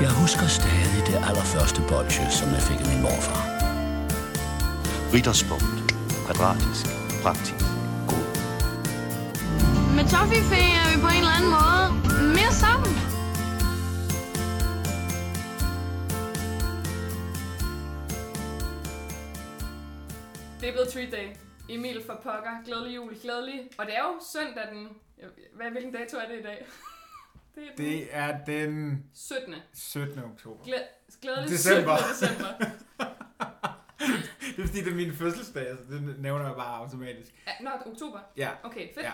Jeg husker stadig det allerførste bolsje, som jeg fik af min morfar. Ritterspunkt. Kvadratisk. Praktisk. God. Med Toffifee er vi på en eller anden måde mere sammen. Det er blevet treat day. Emil for pokker. Glædelig jul, glædelig. Og det er jo søndag den... Hvad, hvilken dato er det i dag? det er den det... Det er den 17. 17. oktober. Glæ... Glædelig December. 17. december. Det er fordi, det er min fødselsdag, så det nævner jeg bare automatisk. Ja, Nå, oktober. Ja, Okay, fedt. Ja.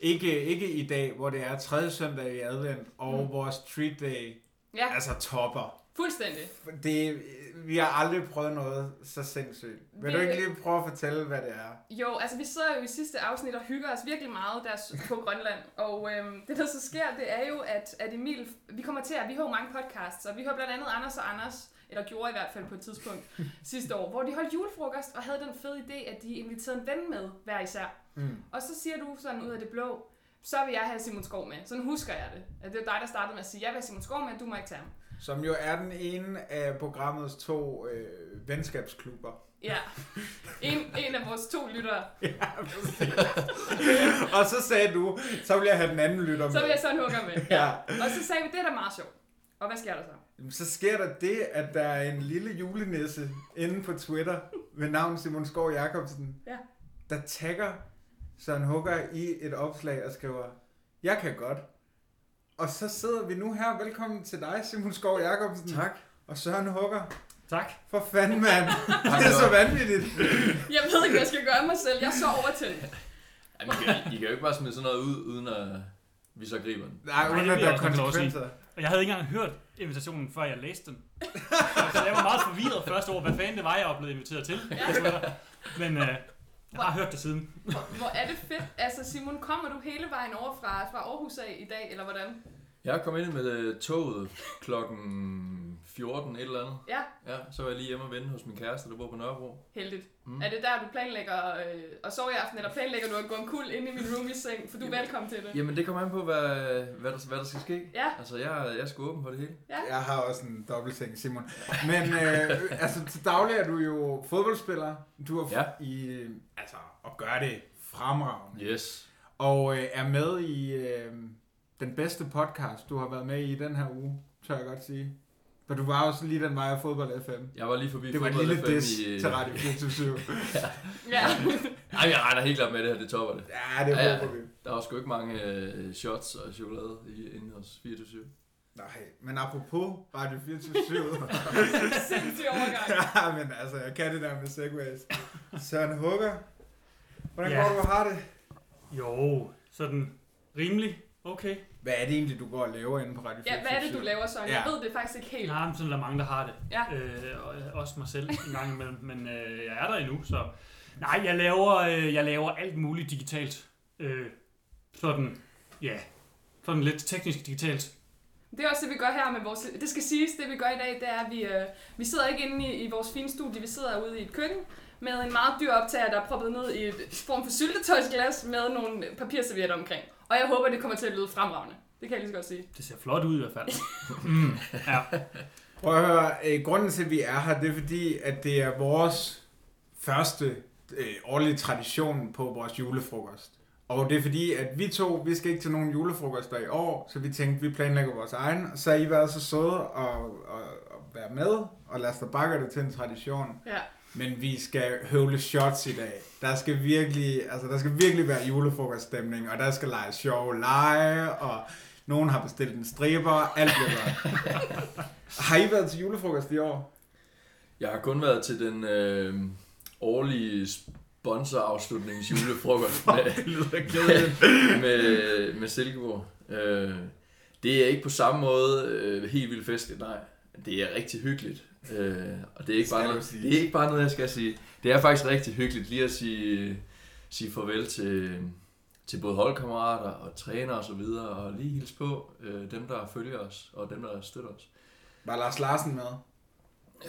ikke, ikke i dag, hvor det er tredje søndag i advent, og mm. vores treat day Ja, altså topper. fuldstændig. Det, vi har aldrig prøvet noget så sindssygt. Vil du Vi- ikke lige prøve at fortælle, hvad det er? Jo, altså vi sidder jo i sidste afsnit og hygger os virkelig meget der s- på Grønland. Og øhm, det der så sker, det er jo, at, at Emil, vi kommer til at, vi har jo mange podcasts, og vi har blandt andet Anders og Anders, eller gjorde i hvert fald på et tidspunkt sidste år, hvor de holdt julefrokost og havde den fede idé, at de inviterede en ven med hver især. Mm. Og så siger du sådan ud af det blå, så vil jeg have Simon Skov med. Sådan husker jeg det. At det var dig, der startede med at sige, jeg vil have Simon Skov med, du må ikke tage ham. Som jo er den ene af programmets to øh, venskabsklubber. Ja. En, en af vores to lyttere. og så sagde du, så vil jeg have den anden lytter med. Så vil jeg sådan hugge med. Ja. Og så sagde vi, det er da meget sjovt. Og hvad sker der så? Jamen, Så sker der det, at der er en lille julenisse inde på Twitter med navn Simon Skov Jacobsen, Ja. der tagger Søren Hugger i et opslag og skriver, jeg kan godt. Og så sidder vi nu her. Velkommen til dig, Simon Skov Jacobsen. Tak. Og Søren Hugger. Tak. For fanden, mand. Det er så vanvittigt. Jeg ved ikke, hvad jeg skal gøre mig selv. Jeg er så overtændt. Jamen, I, kan, I kan jo ikke bare smide sådan noget ud, uden at vi så griber den. Nej, det uden vil at jeg der er også godt lov at sige. konsekvenser. Og jeg havde ikke engang hørt invitationen, før jeg læste den. Så jeg var meget forvirret første år, hvad fanden det var, jeg var blevet inviteret til. på Twitter. Men øh, jeg har hørt det siden. Hvor, hvor er det fedt. Altså Simon, kommer du hele vejen over fra, fra Aarhus af i dag, eller hvordan? Jeg kom ind med øh, toget klokken 14 et eller andet. Ja, Ja, så var jeg lige hjemme og vente hos min kæreste, der bor på Nørrebro. heldigt. Mm. Mm. Er det der, du planlægger øh, at sove i aften, eller planlægger du at gå en kul ind i min roomies seng, for du er velkommen til det? Jamen, det kommer an på, hvad, hvad, der, hvad der skal ske. Ja. Altså, jeg, jeg skal åben for det hele. Jeg har også en dobbeltting, Simon. Men øh, altså, til daglig er du jo fodboldspiller. Du er ja. Ja. i, øh, altså, og gør det fremragende. Yes. Og øh, er med i øh, den bedste podcast, du har været med i den her uge, tør jeg godt sige. For du var også lige den vej af fodbold FM. Jeg var lige forbi Det var en fodbold lille FM diss i- øh, til Radio 24 Ja. Ej, jeg regner helt klart med, at det her, det topper det. Ja, det Ja, ja. håber vi. Der var sgu ikke mange øh, shots og chokolade i, inde hos 24 Nej, men apropos Radio 24 Sindssyg overgang. Ja, men altså, jeg kan det der med segways. Søren Hugger, hvordan Ja. går du og har det? Jo, sådan rimelig. Okay. Hvad er det egentlig, du går og laver inde på Radio 24 Ja, hvad er det, du laver, Søren? Jeg Ja. ved det faktisk ikke helt. Jeg har sådan, der er mange, der har det. Ja. Øh, og også mig selv en gang imellem. Men øh, jeg er der endnu, så... Nej, jeg laver, øh, jeg laver alt muligt digitalt. Øh, sådan, ja, sådan lidt teknisk digitalt. Det er også det, vi gør her med vores... Det skal siges, det vi gør i dag, det er, at vi, øh, vi sidder ikke inde i, i vores fine studie, vi sidder ude i et køkken med en meget dyr optager, der er proppet ned i et form for syltetøjsglas med nogle papirservietter omkring. Og jeg håber, det kommer til at lyde fremragende. Det kan jeg lige så godt sige. Det ser flot ud i hvert fald. Prøv at høre, øh, grunden til, at vi er her, det er fordi, at det er vores første øh, årlige tradition på vores julefrokost. Og det er fordi, at vi to, vi skal ikke til nogen julefrokoster i år, så vi tænkte, vi planlægger vores egen. Så har I været så søde at, at, at være med, og lad os da bakke det til en tradition. Ja. Men vi skal høvle shots i dag. Der skal virkelig, altså der skal virkelig være julefrokoststemning, og der skal lege sjove lege, og nogen har bestilt en striber, alt det der. har I været til julefrokost i år? Jeg har kun været til den øh, årlige sponsorafslutnings julefrokost med, med, med Silkeborg. Øh, det er ikke på samme måde øh, helt vildt festligt, nej. Det er rigtig hyggeligt. Øh, og det er, ikke Skal bare du noget, sige. det er ikke bare noget, jeg skal sige. Det er faktisk rigtig hyggeligt lige at sige, sige farvel til, til både holdkammerater og træner og så videre, og lige hilse på øh, dem, der følger os og dem, der støtter os. Var Lars Larsen med?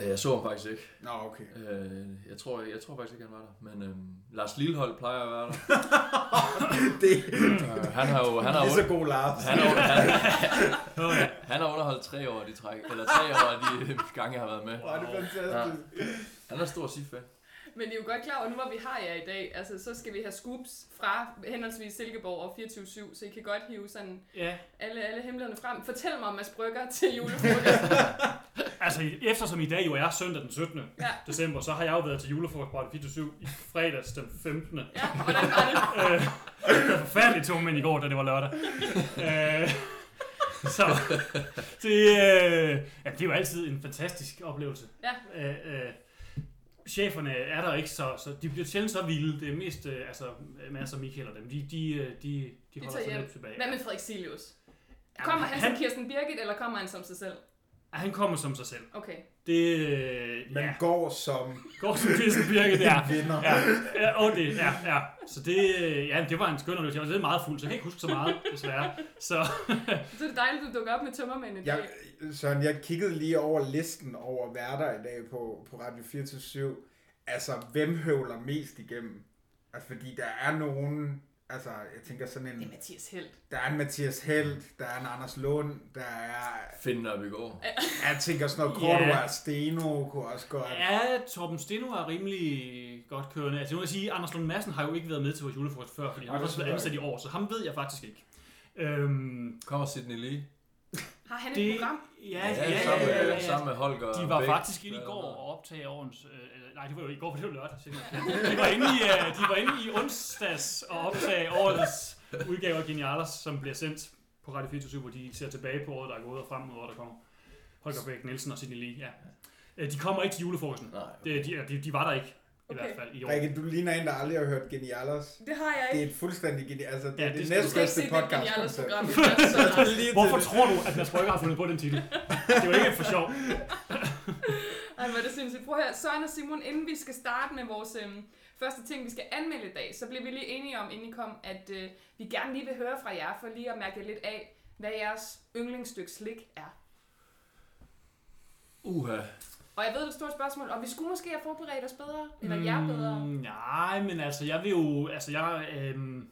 Øh, Jeg så ham faktisk ikke. Nå, okay. Øh, Jeg tror, jeg tror faktisk ikke, han var der. Men øhm, Lars Lillehold plejer at være der. Det Øh, han har jo... Han har er jo lige så god Lars. han har, han, han har underholdt tre år de træk, eller tre år af de øh, gange, jeg har været med. Wow, det er fantastisk. Han er stor sif-fan. Men I er jo godt klar over, nu hvor vi har jer i dag, altså så skal vi have scoops fra henholdsvis Silkeborg og 24-7, så I kan godt hive sådan Ja, alle, alle hemmelighederne frem. Fortæl mig om Mads Brygger til julefrokosten. altså i- eftersom i dag jo er søndag den 17. Ja. december, så har jeg jo været til julefrokostparty 24 i fredags den 15. Øh, ja, hvordan var det? det var forfærdeligt to mænd i går, da det var lørdag. Øh, så det, øh, ja, det er jo altid en fantastisk oplevelse. Ja. Øh, øh, cheferne er der ikke så, så de bliver sjældent så vilde. Det er mest, øh, altså Mads og Michael og dem, de, de, øh, de, de holder tager sig hjem. lidt tilbage. Hvad med Frederik Silius? Ja, Kommer han, han, som Kirsten Birgit, eller kommer han som sig selv? han kommer som sig selv. Okay. Det, øh, Man ja. går som Går som Kirsten Birke, det er. vinder. Ja, ja, og det, ja, ja. Så det, øh, ja, det var en skøn oplevelse. Jeg var lidt meget fuld, så jeg kan ikke huske så meget, desværre. Så, Så er det dejligt, at du dukker op med tømmermænd i dag. Jeg, Søren, jeg kiggede lige over listen over værter i dag på, på Radio 24 Altså, hvem høvler mest igennem? Altså, fordi der er nogen... Altså, jeg tænker sådan Det er en... Mathias Helt. Der er en Mathias Held, der er en Anders Lund, der er... Finden op i går. Jeg tænker sådan noget Ja. Cordua Steno kunne også godt... ja, Torben Steno er rimelig godt kørende. Altså, nu vil jeg sige, Anders Lund Madsen har jo ikke været med til vores julefrokost før, fordi han Nej, har det også været synes jeg ansat i år, så ham ved jeg faktisk ikke. Øhm, Kommer Sidney Lee. Har han et det, program? ja, ja, Ja, sammen, med, sammen med Holger De var Bæk. faktisk inde i går og optage årens... Øh, eller- nej, det var jo i går, for det var lørdag. senere. De var inde i, øh, de var inde i onsdags og optage årets udgave af Genialers, som bliver sendt på Radio 24 hvor de ser tilbage på året, der er gået og frem mod året, der kommer. Holger Bæk Nielsen og Sidney Lee, ja. Øh, De kommer ikke til julefrokosten. Nej, Det, de, de, de var der ikke, i Okay. hvert fald i år. Rikke, du ligner en, der aldrig har hørt Genialers. Det har jeg Det er ikke. et fuldstændig genialt... Altså, det er Ja, ja, det, det det skal du- Du skal ikke næstbedste se det geniale podcast-koncept. program. Det er så rart. Lige til Hvorfor det. tror du, at Mads Brygger har fundet på den titel? Det var ikke for sjov. Ej, hvor er det sindssygt. Prøv at høre, Søren og Simon, inden vi skal starte med vores øhm, første ting, vi skal anmelde i dag, så blev vi lige enige om, inden I kom, at øh, vi gerne lige vil høre fra jer, for lige at mærke jer lidt af, hvad jeres yndlingsstykke slik er. Uha. Og jeg ved, det er et stort spørgsmål, og vi skulle måske have forberedt os bedre, eller mm. jer bedre. Mm, nej, men altså, jeg vil jo... Altså, jeg... Øhm,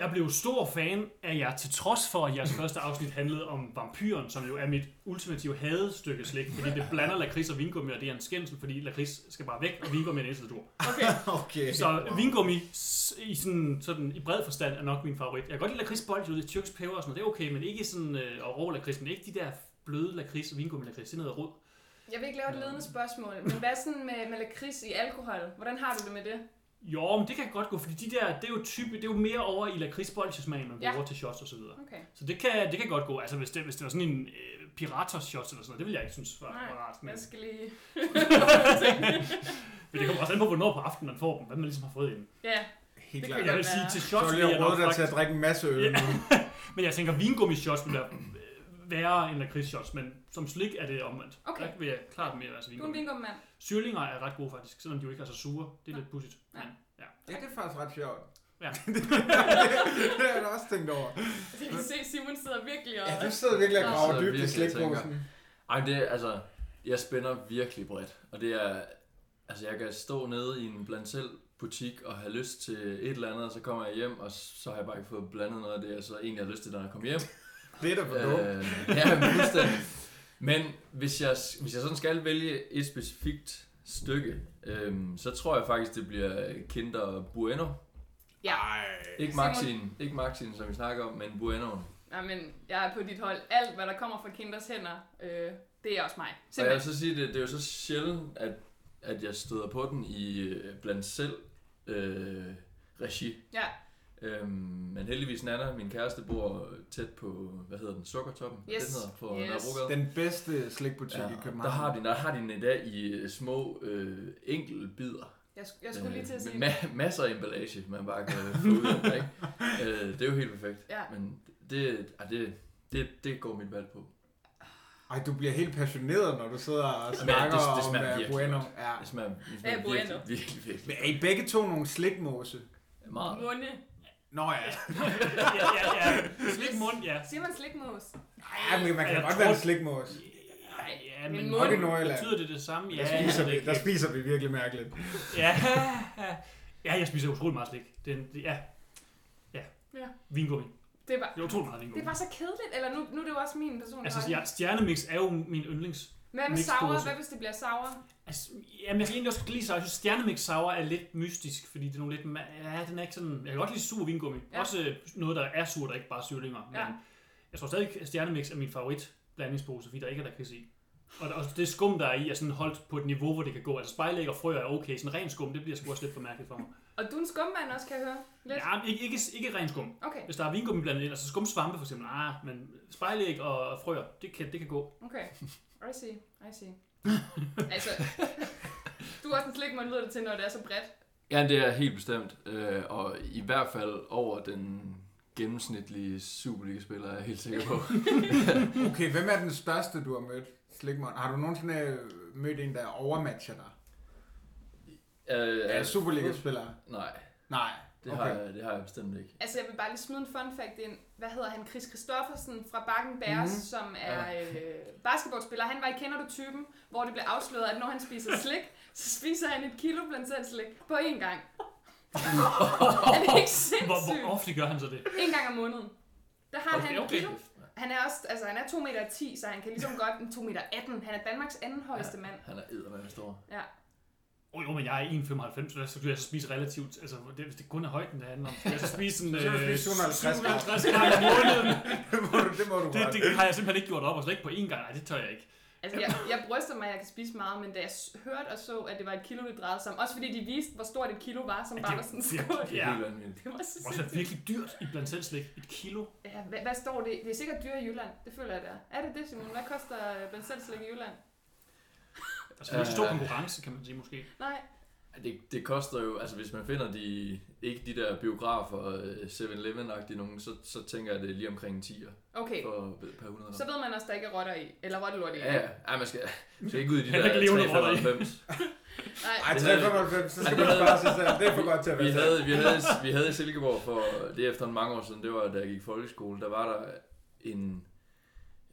jeg blev jo stor fan af jer, til trods for, at jeres første afsnit handlede om vampyren, som jo er mit ultimative hadestykke slik, fordi det blander lakrids og vingummi, og det er en skændsel, fordi lakrids skal bare væk, og vingummi er næste tur. Okay, Okay. Så vingummi s- i, sådan, sådan, i bred forstand er nok min favorit. Jeg kan godt lide lakridsbold, det tyrkisk peber og sådan noget, det er okay, men ikke sådan, øh, og rå lakrids, men ikke de der bløde lakrids og vingummi lakrids, det er noget rod. jeg vil ikke lave et ledende spørgsmål, men hvad sådan med, med lakrids i alkohol? Hvordan har du det med det? Jo, men det kan godt gå, fordi de der, det er jo type, det er jo mere over i lakridsbolsjesmagen, man Ja. bruger til shots og så videre. Okay. Så det kan, det kan godt gå. Altså, hvis det, hvis det var sådan en øh, piraters shots eller sådan noget, det ville jeg ikke synes var, Nej, var rart. Men, Jeg skal lige... men det kommer også an på, hvornår på aftenen man får dem, hvad man ligesom har fået ind. Ja, Helt det klart. kan Jeg vil godt sige, være. til Så shots vil vil jeg jeg nok råde dig til at faktisk... drikke en masse øl Ja. nu. Men jeg tænker, vingummi-shots ville være øh, værre end lakridsshots, men som slik er det omvendt. Okay. Der vil jeg klart mere, Du altså er en vingummi. vingummand. Syrlinger er ret gode faktisk, selvom de jo ikke er så sure. Det er lidt pudsigt. Ja. Ja. Ja. Ja, det er faktisk ret sjovt. Ja. det har jeg da også tænkt over. Altså, Jeg kan se, Simon sidder virkelig og... Ja, du sidder virkelig og Jeg graver sidder dybt i virkelig og tænker. slikposen. Ej, men det er, altså, jeg spænder virkelig bredt. Og det er, altså jeg kan stå nede i en blandt selv butik og have lyst til et eller andet, og så kommer jeg hjem, og så har jeg bare ikke fået blandet noget af det, jeg så egentlig har lyst til, når jeg kommer hjem. Det er da for dumt. Øh, ja, men fuldstændig. Men hvis jeg, hvis jeg sådan skal vælge et specifikt stykke, øhm, så tror jeg faktisk, det bliver Kinder Bueno. Ja. Ikke Maxine, ikke Maxine, som vi snakker om, men Bueno. Og Nej, men jeg er på dit hold. Alt, hvad der kommer fra kinders hænder, øh, det er også mig. jeg vil Simpelthen. så sige, det, det er jo så sjældent, at, at jeg støder på den i øh, blandt selv øh, regi. Ja. Øhm, men heldigvis Nana, min kæreste, bor tæt på, hvad hedder den, Sukkertoppen? Hvad Yes. Den hedder på Yes. Nørrebrogade. Den bedste slikbutik i København. der har de, der har de den i dag i øh, små øh, enkeltbider. Jeg, sk- jeg skulle lige til at sige... Øh, ma- masser af emballage, man bare kan få ud af, ikke? Øh, det er jo helt perfekt. Ja. Men det, ah, det, det, det går mit valg på. Ej, du bliver helt passioneret, når du sidder og det- snakker det om smager øh, virkelig Bueno. godt. Ja. Det smager, det Ja, smager bueno. virkelig, virkelig, virkelig, Men er I begge to nogle slikmåse? meget. Munde. Nå ja. ja, ja, ja. Slik mund, ja. Siger man slikmås? Ej, men man kan Jeg godt tror- være en slikmås. Ja, Ja, Min men mund. Nok i Nordjylland. betyder det det samme? Der spiser, det vi, ved der jeg ikke. spiser vi virkelig mærkeligt. ja. ja, jeg spiser utrolig meget slik. Det, er en- det, ja. Ja. Ja. Vingummi. Det er, bare, Det er utrolig meget det vingummi. er bare så kedeligt. Eller nu, nu er det jo også min person. Altså, ja, stjernemix er jo min yndlings. Hvad med mixed sauer? dåse. Hvad hvis det bliver sauer? Altså, jamen, jeg kan egentlig også godt lide sour. Jeg synes, stjernemix sour er lidt mystisk, fordi det er nogle lidt... ma- Ja, den er ikke sådan... Jeg kan godt lide sur vingummi. Ja. Ja. Også øh, noget, der er surt og ikke bare syrlinger. Ja. Men jeg tror stadig, at stjernemix er min favorit blandingspose, fordi der ikke er der kan se. Og der- også det skum, der er i, er sådan holdt på et niveau, hvor det kan gå. Altså spejlæg og frøer er okay. Sådan ren skum, det bliver sgu også lidt for mærkeligt for mig. Og du er en skummand også, kan jeg høre. Lidt. Ja, ikke, ikke, ikke ren skum. Okay, Hvis der er vingummi blandet ind, altså skumsvampe for eksempel, ah, men spejlæg og frøer, det kan, det kan gå. okay. I see, I see. altså, du er også en slikmund, lyder det til, når det er så bredt. Ja, det er helt bestemt. Øh, og i hvert fald over den gennemsnitlige Superliga-spiller, er jeg helt sikker på. Okay, hvem er den største, du har mødt? Slikmon. Har du nogensinde øh, mødt en, der overmatcher dig? øh, Ja, Superliga-spiller. Nej, Nej. det, okay. har jeg, det har jeg bestemt ikke. Altså, jeg vil bare lige smide en fun fact ind. Hvad hedder han? Chris Christoffersen fra Bakken Mhm. Bears, mm-hmm. som er øh, basketballspiller. Han var i Kender du typen, hvor det blev afsløret, at når han spiser slik, så spiser han et kilo blandt selv slik på én gang. er det ikke Hvor, hvor sindssygt? ofte gør han så det? En gang om måneden. Der har Okay, han et okay. kilo. Han er, også, altså, han er 2,10 meter, så han kan ligesom godt 2,18 meter. Han er Danmarks anden højeste Ja, mand. Han er eddermame stor. Ja. Oh, jo, men jeg er 1,95, så der skal jeg spise relativt, altså det, hvis det kun er højden, det handler om, skal jeg så spise sådan øh, Så skal du spise 750 gram. 750 gram i måneden? det må du, det må du Det, godt. det har jeg simpelthen ikke gjort op, og slet ikke på én gang, nej, det tør jeg ikke. Altså, jeg, jeg bryster mig, at jeg kan spise meget, men da jeg s- hørte og så, at det var et kilo, det drejede sig om, også fordi de viste, hvor stort et kilo var, som Ja, bare det- var sådan en det- skål. Det er Ja. helt vanvittigt. Det var så Og så er det sindssygt. virkelig dyrt i blandt selv slik, et kilo. Ja, hvad, hvad står det? Det er sikkert dyre i Jylland. Det føler jeg, det er. Er det det, Simon? Hvad koster øh, benzelslik i Jylland? Altså det er en stor Øh. konkurrence, kan man sige måske. Nej. Det, det koster jo, altså hvis man finder de, ikke de der biografer, øh, 7-Eleven-agtige nogen, så, så tænker jeg, det er lige omkring en 10'er Okay. for, per 100. Så ved man også, der ikke er rotter i. Eller rottelort i. Ja, ja. Ej, man skal, man skal ikke ud i de Heller der ikke levende rotter i. 395. Ej, Nej. Det havde- 395, så skal Ej, man det havde- spørge sig selv. Det er for godt til at Vi være havde, vi, havde, vi havde i Silkeborg for, det er efter en mange år siden, det var da jeg gik i folkeskole, der var der en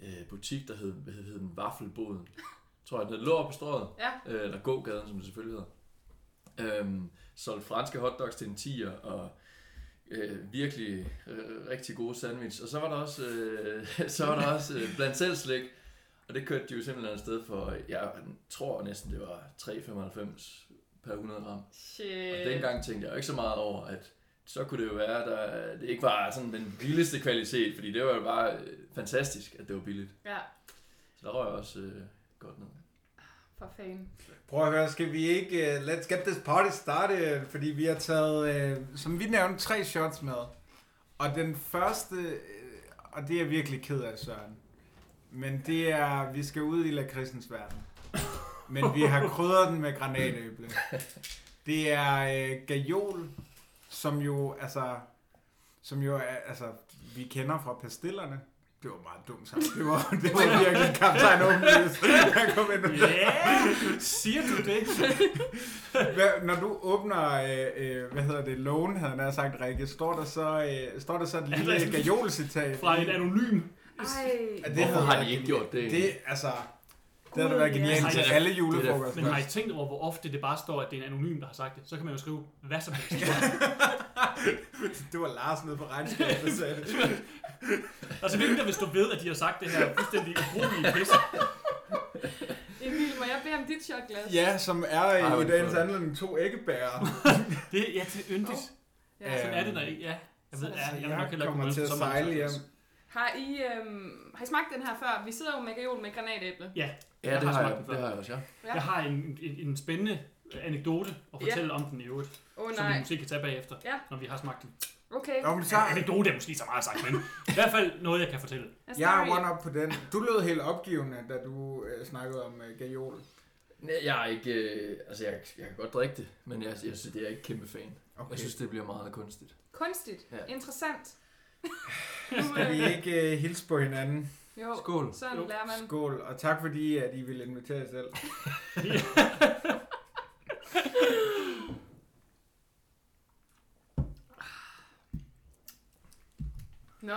øh, butik, der hed, hvad hed den, Vaffelboden. Tror jeg, den hed, lå oppe på strøget. Ja. Øh, eller gågaden, som det selvfølgelig hedder. Øhm, solgte franske hotdogs til en 10'er, og øh, virkelig øh, rigtig gode sandwich. Og så var der også, øh, så var der også øh, blandt selv slik, og det kørte de jo simpelthen et sted for, jeg tror næsten, det var 3,95 per 100 gram. Og Øh. Shit. dengang tænkte jeg jo ikke så meget over, at så kunne det jo være, at der- det ikke var sådan den billigste kvalitet, fordi det var jo bare øh, fantastisk, at det var billigt. Ja, Så der røg jeg også øh, godt ned. for fanden. Prøv at høre, skal vi ikke... Uh, let's get this party started, fordi vi har taget, uh, som vi nævnte, tre shots med. Og den første, uh, og det er jeg virkelig ked af, Søren, men det er, vi skal ud i lakridsens verden. Men vi har krydret den med granatæble. Det er uh, gajol, som jo, altså, som jo, er, altså, vi kender fra pastillerne. Det var meget dumt sagt. Det var, det var virkelig kaptajn Åbenlys. Jeg kom ind og Ja, yeah, siger du det? Hvad, når du åbner, øh, øh, hvad hedder det, lågen, havde jeg nær sagt, Rikke, står der så, øh, står der så et der lille sådan- gajol-citat? Altså, Fra en anonym. Ej. Ja, det Hvorfor havde har været de ikke genialt. gjort det? Det, altså, det havde da Gud, været ja. genialt Ej, til altså, det er alle Men julefrokoster. har I tænkt over, hvor ofte det bare står, at det er en anonym, der har sagt det? Så kan man jo skrive hvad som helst. Det var Lars nede på regnskabet, der sagde det. Altså, hvilken der vil stå ved, at de har sagt det her fuldstændig ubrugelige pisse? Emil, må jeg bede om dit shotglas? Ja, som er Ej, øh, i dagens hvor- anledning to æggebærer. Det, ja, det er yndigt. Ja. Sådan er det, når ikke... Ja, jeg Altså, ved, ja, Øh, jeg, jeg jeg, jeg kommer til at sejle hjem. Har I, øhm, har I smagt den her før? Vi sidder jo med gajol med granatæble. Ja, Jeg det, har har smagt jeg, den det har jeg også, ja. Ja. Jeg har en, en, en spændende anekdote at Ja. fortælle om den i øvrigt, Åh oh, som vi nej. måske kan tage bagefter, Ja. når vi har smagt den. Okay. Nå, men så, Ja, anekdote er måske så meget sagt, men i hvert fald noget, jeg kan fortælle. I'm jeg sorry. er one up på den. Du lød helt opgivende, da du øh, snakkede om øh, gajol. Nej, Jeg er ikke, øh, altså jeg, jeg kan godt drikke det, men jeg, jeg, synes, det er ikke kæmpe fan. Okay. Jeg synes, det bliver meget kunstigt. Kunstigt. Ja. Interessant. nu, Skal vi øh, ikke øh, hilse på hinanden? jo, Skål. sådan Jo. lærer man. Skål, og tak fordi, at I ville invitere jer selv. Nå,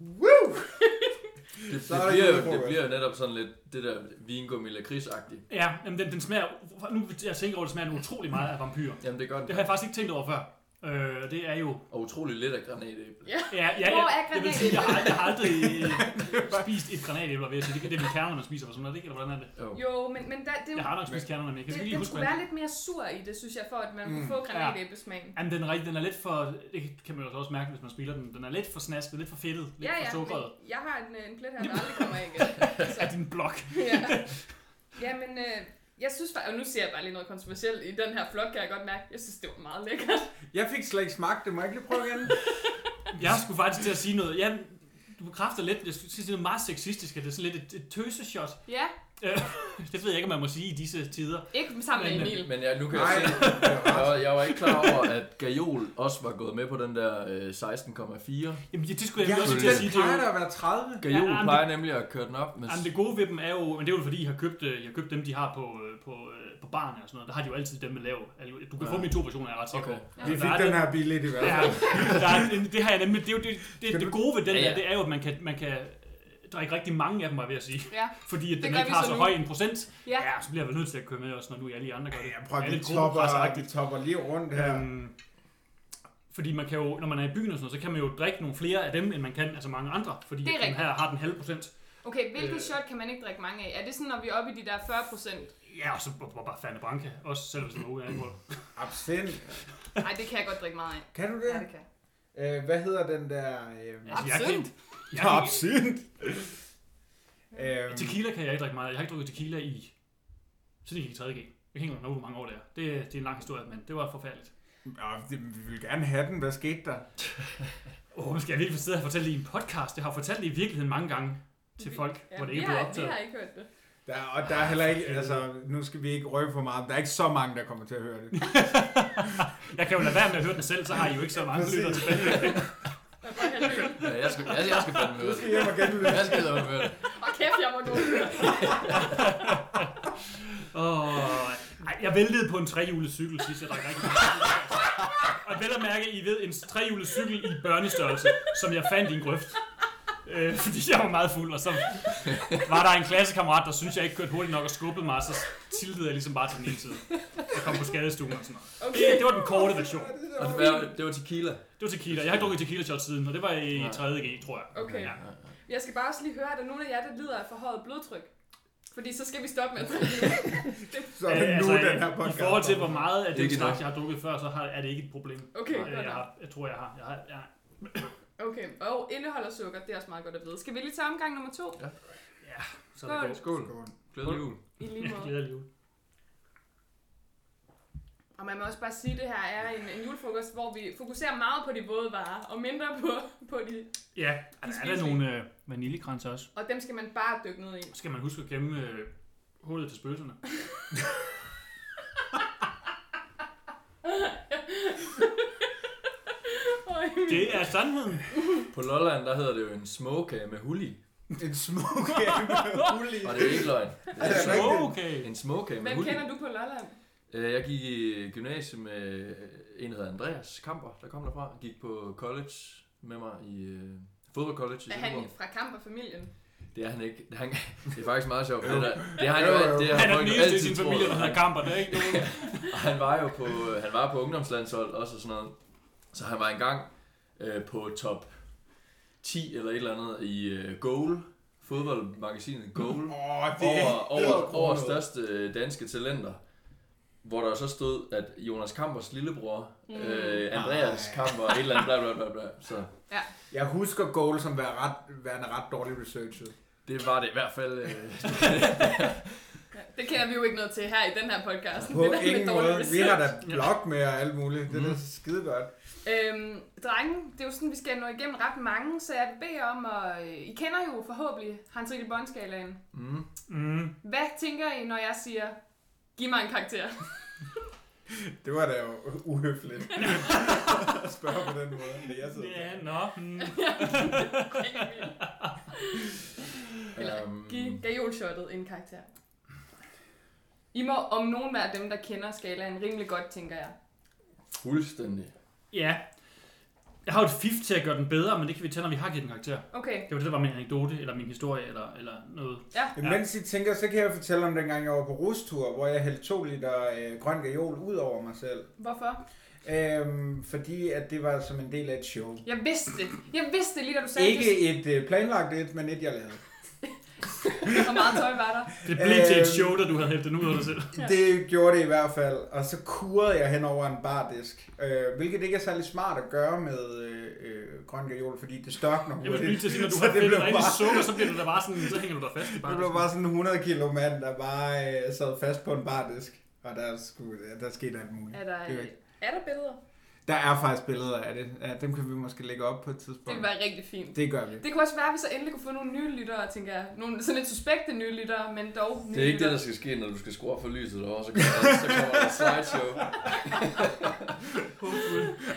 Woo! Det, det, Så er der bliver jo, julefrokost. det bliver jo netop sådan lidt det der vingummi lakridsagtigt. Ja, jamen, den, den smager... Nu jeg tænker over, det smager den utrolig meget af vampyr. Jamen det er godt. Det har jeg faktisk ikke tænkt over før. Øh, det er jo... Og utrolig lidt af granatæble. Ja, ja, Hvor er jeg, jeg, vil sige, jeg, har, jeg har aldrig øh, spist et granatæble, vil jeg sige. Det, det er vel kernerne, man spiser, eller sådan noget, ikke? Eller hvordan er det? Jo. Jo, men, men der, det, er jo- Jeg har nok spist kernerne, men jeg kan det, ikke lige den huske, skulle hvordan... være lidt mere sur i det, synes jeg, for at man Mm. kunne få granatæblesmagen. Jamen, den er, rigtig, den er lidt for... Det kan man jo også mærke, hvis man spiller den. Den er lidt for snasket, lidt for fedtet, lidt Ja, for ja, sukkeret. men jeg har en, øh, en plet her, der aldrig kommer af igen. Af din blok. ja. ja, men øh, jeg synes faktisk, og nu siger jeg bare lige noget kontroversielt i den her flok, kan jeg godt mærke, jeg synes, det var meget lækkert. Jeg fik slet ikke smagt det. Må jeg ikke lige prøve igen? Jeg skulle faktisk til at sige noget. Ja, du bekræfter lidt, jeg skulle til at sige noget meget sexistisk, at det er sådan lidt et, et tøseshot. Ja, Det ved jeg ikke, om man må sige i disse tider. ikke sammen med Men, øh, Emil. Men ja, nu kan Nej. jeg se, jeg, var- jeg var ikke klar over, at Gajol også var gået med på den der øh, 16,4. Jamen, det, det skulle jeg Jeg ja, også synes, til at den sige. Det, er plejer jo, da at være 30. Ja, Gajol jamen, det- plejer nemlig at køre den op, men jamen, det gode ved dem er jo, men det er jo fordi, I har købt, øh, I har købt dem, de har på, øh, på, øh, på barne og sådan noget. Der har de jo altid dem med lav. alkohol. Du kan Ja. få dem i to versioner, jeg er ret sikker på. Okay. Ja, Vi der fik er den her billigt i hvert Ja, fald. der er, det har jeg nemlig, det, er jo det, det, Skal det du- gode ved den Ja, ja. der, det er jo, at man kan, man kan øh, drikke rigtig mange af dem, var jeg ved at sige. Ja. Fordi at Det den gør ikke vi har så så, nu. høj en procent. Ja. ja, så bliver jeg vel nødt til at køre med også, når nu alle I andre gør det. Ja, prøv at Alle vi gruppepresseagtigt. topper, vi topper lige rundt her. Øhm, fordi man kan jo, når man er i byen og sådan noget, så kan man jo drikke nogle flere af dem, end man kan altså mange andre. Fordi Det er at den rigtigt. her har den halve procent. Okay, hvilket Øh. shot kan man ikke drikke mange af? Er det sådan, når vi er oppe i de der 40 procent? Ja, og så b- b- bare Fanta Branca, også selv hvis det var ude af alkohol. Absint. Nej, det kan jeg godt drikke meget af. Kan du Ja, det? det kan. jeg. Øh, hvad hedder den der... øhm, Altså, jeg kan, Absint. jeg kan, absint. Øhm, tequila kan jeg ikke drikke meget af. Jeg har ikke drukket tequila i, siden jeg gik i 3.G. Jeg kan ikke engang nå, hvor mange år det er. Det, det er en lang historie, men det var forfærdeligt. ja, det- ah, vi vil gerne have den. Hvad skete der? Åh, oh, skal jeg virkelig sidde og fortælle det i en podcast? Jeg har fortalt det i virkeligheden mange gange til folk, Ja, hvor det vi ikke blev har- optaget. Vi har ikke hørt det. der og Ah, der er heller ikke... Altså, nu skal vi ikke røbe for meget. Der er ikke så mange, der kommer til at høre det. Jeg kan jo lade være med at høre den selv, så har I jo ikke så mange Præcis. lytter tilbage. Jeg var bare heldig. ja, jeg skal, jeg, jeg skal fandme høre Du skal det. hjem og genlytte. Jeg skal fandme høre det. Og kæft, jeg var god. Åh, ej, jeg væltede på en trehjulet cykel sidst, jeg drak rigtig meget. Og vel at mærke, I ved, en trehjulet cykel i børnestørrelse, som jeg fandt i en grøft. Øh, fordi jeg var meget fuld, og så var der en klassekammerat, der syntes, jeg ikke kørte hurtigt nok og skubbede mig, og så tiltede jeg ligesom bare til den ene side. Jeg kom på skadestuen og sådan noget. Okay. Det, det var den korte version. Og det var, det var tequila. Det var tequila. Jeg har ikke drukket tequila shot siden, og det var i 3.G, tror jeg. Okay. Ja. Jeg skal bare også lige høre, at der er nogen af jer, der lider af forhøjet blodtryk. Fordi så skal vi stoppe med at drikke. Så er det Øh, nu, den her i podcast. forhold til, hvor meget af den Ikke slags, noget. jeg har drukket før, så har, er det ikke et problem. Okay, Øh, godt jeg, nok. har, jeg tror, jeg har. Jeg har, jeg har Okay, og indeholder sukker, det er også meget godt at vide. Skal vi lige tage omgang nummer to? så er det godt. Skål. Skål. Glædelig jul. I lige Jeg måde. glæder jul. Og man må også bare sige, at det her er en, en julefrokost, hvor vi fokuserer meget på de våde varer, og mindre på, på de... Ja, og der er der spiser nogle øh, vaniljekranser også. Og dem skal man bare dykke ned i. Så skal man huske at gemme øh, hullet til spøgelserne. Øj, Det er sandheden. På Lolland, der hedder det jo en smoke med hul i. En smoke med hul i. Og det er ikke løgn. Det Er det er rigtigt? Okay. en smoke med Hvem hul i. kender du på Lolland? Øh, Jeg gik i gymnasiet med en, der hedder Andreas Kamper, der kom derfra. Han gik på college med mig i øh, fodboldcollege i Er han Silkeborg. fra kamperfamilien? Det er han ikke. Han, det er faktisk meget sjovt. Det, der, det har han jo Jo, jo. alt- det har Han er folk den jo eneste i altid sin troet. familie, der hedder Kamper. Der er ikke nogen. Og han var jo på, han var på ungdomslandshold også og sådan noget. Så han var engang øh, på top 10 eller et eller andet i øh, Goal, fodboldmagasinet Goal, Åh, det er over, over, over edderkronet. største øh, danske talenter. Hvor der så stod, at Jonas Kampers lillebror, øh, Andreas Ej. Kamper, et eller andet, bla bla bla bla. Så Jeg husker Goal som værende ret, værende ret dårligt researchet. det var det i hvert fald. Øh, Det kender vi jo ikke noget til her i den her podcast. På Det der med ingen dårlig måde. Vi research. har da blog med og alt muligt. Det er da skide godt. Øhm, drenge, det er jo sådan, vi skal nå igennem ret mange, så jeg vil bede jer om, og øh, I kender jo forhåbentlig Hans Rille Båndskalaen. mm. Mm. Hvad tænker I, når jeg siger, giv mig en karakter? Det var da jo uhøfligt. at spørge på den måde. men Jeg sidder. Ja, nå. Mm. Øhm. Øhm. Eller giv gajolshottet en karakter. I må om nogen være dem, der kender skalaen rimelig godt, tænker jeg. Fuldstændig. Ja. Jeg har jo et fif til at gøre den bedre, men det kan vi tage, når vi har givet den karakter. Okay, Det var det, der var min anekdote, eller min historie, eller, eller noget. Men mens I tænker, så kan jeg fortælle om dengang, jeg var på rustur, hvor jeg hældte to liter øh, grøn gajol ud over mig selv. hvorfor? Øhm, fordi at det var som en del af et show. Jeg vidste det. Jeg vidste det lige, da du sagde Ikke et øh, planlagt et, men et, jeg lavede. det. Hvor meget tøj var der? Det blev til et Øh, Øhm. show, da du havde hældt den ud af dig selv. Ja. Det gjorde det i hvert fald, og så kurede jeg hen over en bardisk, øh, hvilket ikke er særlig smart at gøre med øh, øh, grøn gajol, fordi det størkner Jeg var lige til at sige, når du Så har det fældet blev dig ind i bare- sukker, så bliver du da bare sådan, så hænger du dig fast i bare. Det blev bare sådan en 100 kilo mand, der bare øh, sad fast på en bardisk, og der, skulle, ja, der skete alt muligt. Er der, øh, Det er jo ikke- er der billeder? Der er faktisk billeder af det, ja, dem kan vi måske lægge op på et Det tidspunkt. ville være rigtig fint. Det gør vi. Det kunne også være, at vi så endelig kunne få nogle nye lyttere, tænker jeg. Nogle sådan lidt suspekte nye lyttere, men dog nye Det er ikke det, lyttere. der skal ske, når du skal skrue op for lyset derovre, så kommer der, så kommer der et slideshow.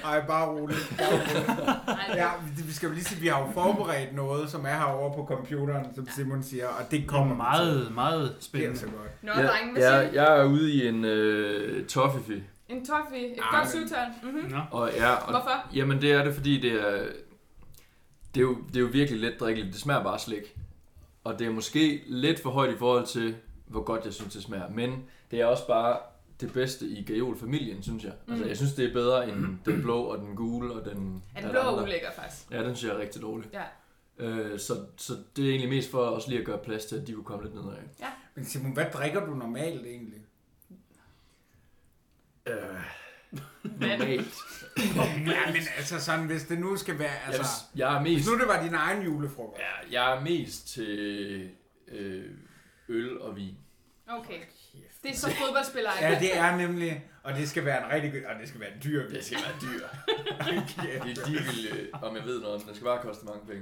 Ej, bare roligt. Nej, Ja, vi skal jo lige sige, vi har jo forberedt noget, som er herovre på computeren, som Simon siger, og det kommer til. meget, meget Det er spændende. så godt. Nå, ja, drenge, hvad siger jeg, I? jeg er ude i en øh, toffefi. En toffee, et Ej, godt men- syvtal. Mm-hmm. Nå. Og, ja, og, Hvorfor? Jamen det er det, fordi det er, det er, jo, det er jo virkelig let drikkeligt. Det smager bare slik. Og det er måske lidt for højt i forhold til, hvor godt jeg synes, det smager. Men det er også bare det bedste i gajol-familien, synes jeg. Altså, Mm. jeg synes, det er bedre end den blå og den gule og den... Er den alle blå andre. ulækker, faktisk? Ja, den synes jeg er rigtig dårlig. Ja. Øh, så, så det er egentlig mest for også lige at gøre plads til, at de kunne komme lidt nedad. Men Simon, hvad drikker du normalt egentlig? Øh, Vand. normalt. Ja, men altså sådan, hvis det nu skal være, Jeg, altså... jeg er Hvis mest... nu det var din egen julefrokost. Ja, jeg er mest til øh, øl og vin. Okay. Det er så fodboldspillere, ikke? Ja, det er nemlig, og det skal være en rigtig god, og det skal være en dyr Det vis. skal være dyr. Det er ligegyldigt, øh, om jeg ved noget om det. Det skal bare koste mange penge.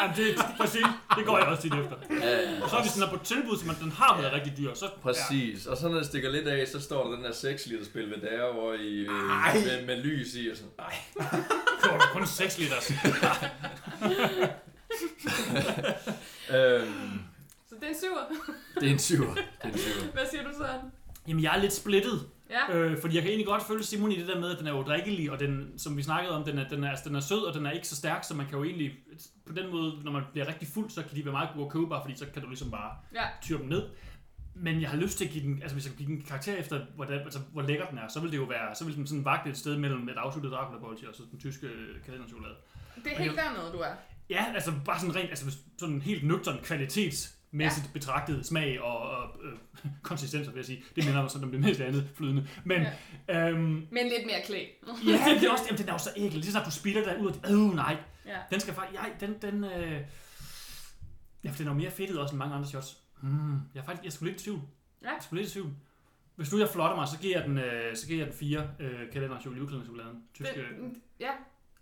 Jamen, det, præcis, det går jeg også tit efter. Ja, Og så hvis den er på tilbud, så man, den har været rigtig dyr, så... Præcis. Og så når det stikker lidt af, så står der den der 6 liter spil ved der, hvor i, øh, Ej. med, med, lys i og sådan. Nej. Ja, så var der kun 6 liter. Øhm, Så det er en syver. det er en syver. Det er en syver. Hvad siger du så? Anne? Jamen, jeg er lidt splittet. Ja. Øh, fordi jeg kan egentlig godt følge Simon i det der med, at den er jo drikkelig, og den, som vi snakkede om, den er, den, er, altså, den er sød, og den er ikke så stærk, så man kan jo egentlig, på den måde, når man bliver rigtig fuld, så kan de være meget gode at købe, bare fordi så kan du ligesom bare Ja. tyre dem ned. Men jeg har lyst til at give den, altså hvis jeg kan give den karakter efter, hvordan, altså, hvor lækker den er, så vil det jo være, så vil den sådan vagte et sted mellem et afsluttet dracula og så den tyske øh, kalenderchokolade. Det er helt dernede, du er. Ja, altså bare sådan rent, altså hvis- sådan helt nøgtern kvalitetsmæssigt ja. betragtet smag og, og øh, konsistenser, vil jeg sige. Det minder mig sådan om det meste andet flydende. Men ja. øhm, Men lidt mere klæ. ja, det er også, jamen, den er jo så ægel. Lige så snart du spiller der ud, og øh, nej, Ja. den skal faktisk, nej, den, den, øh, ja, for den er jo mere fedtet også end mange andre shots. Hmm, jeg er faktisk, jeg skulle lidt i tvivl. Ja. Jeg skulle lidt i tvivl. Hvis nu jeg flotter mig, så giver jeg den, øh, så giver jeg den fire øh, kalender chokoladeklædningschokoladen. Tysk, øh, Den, ja.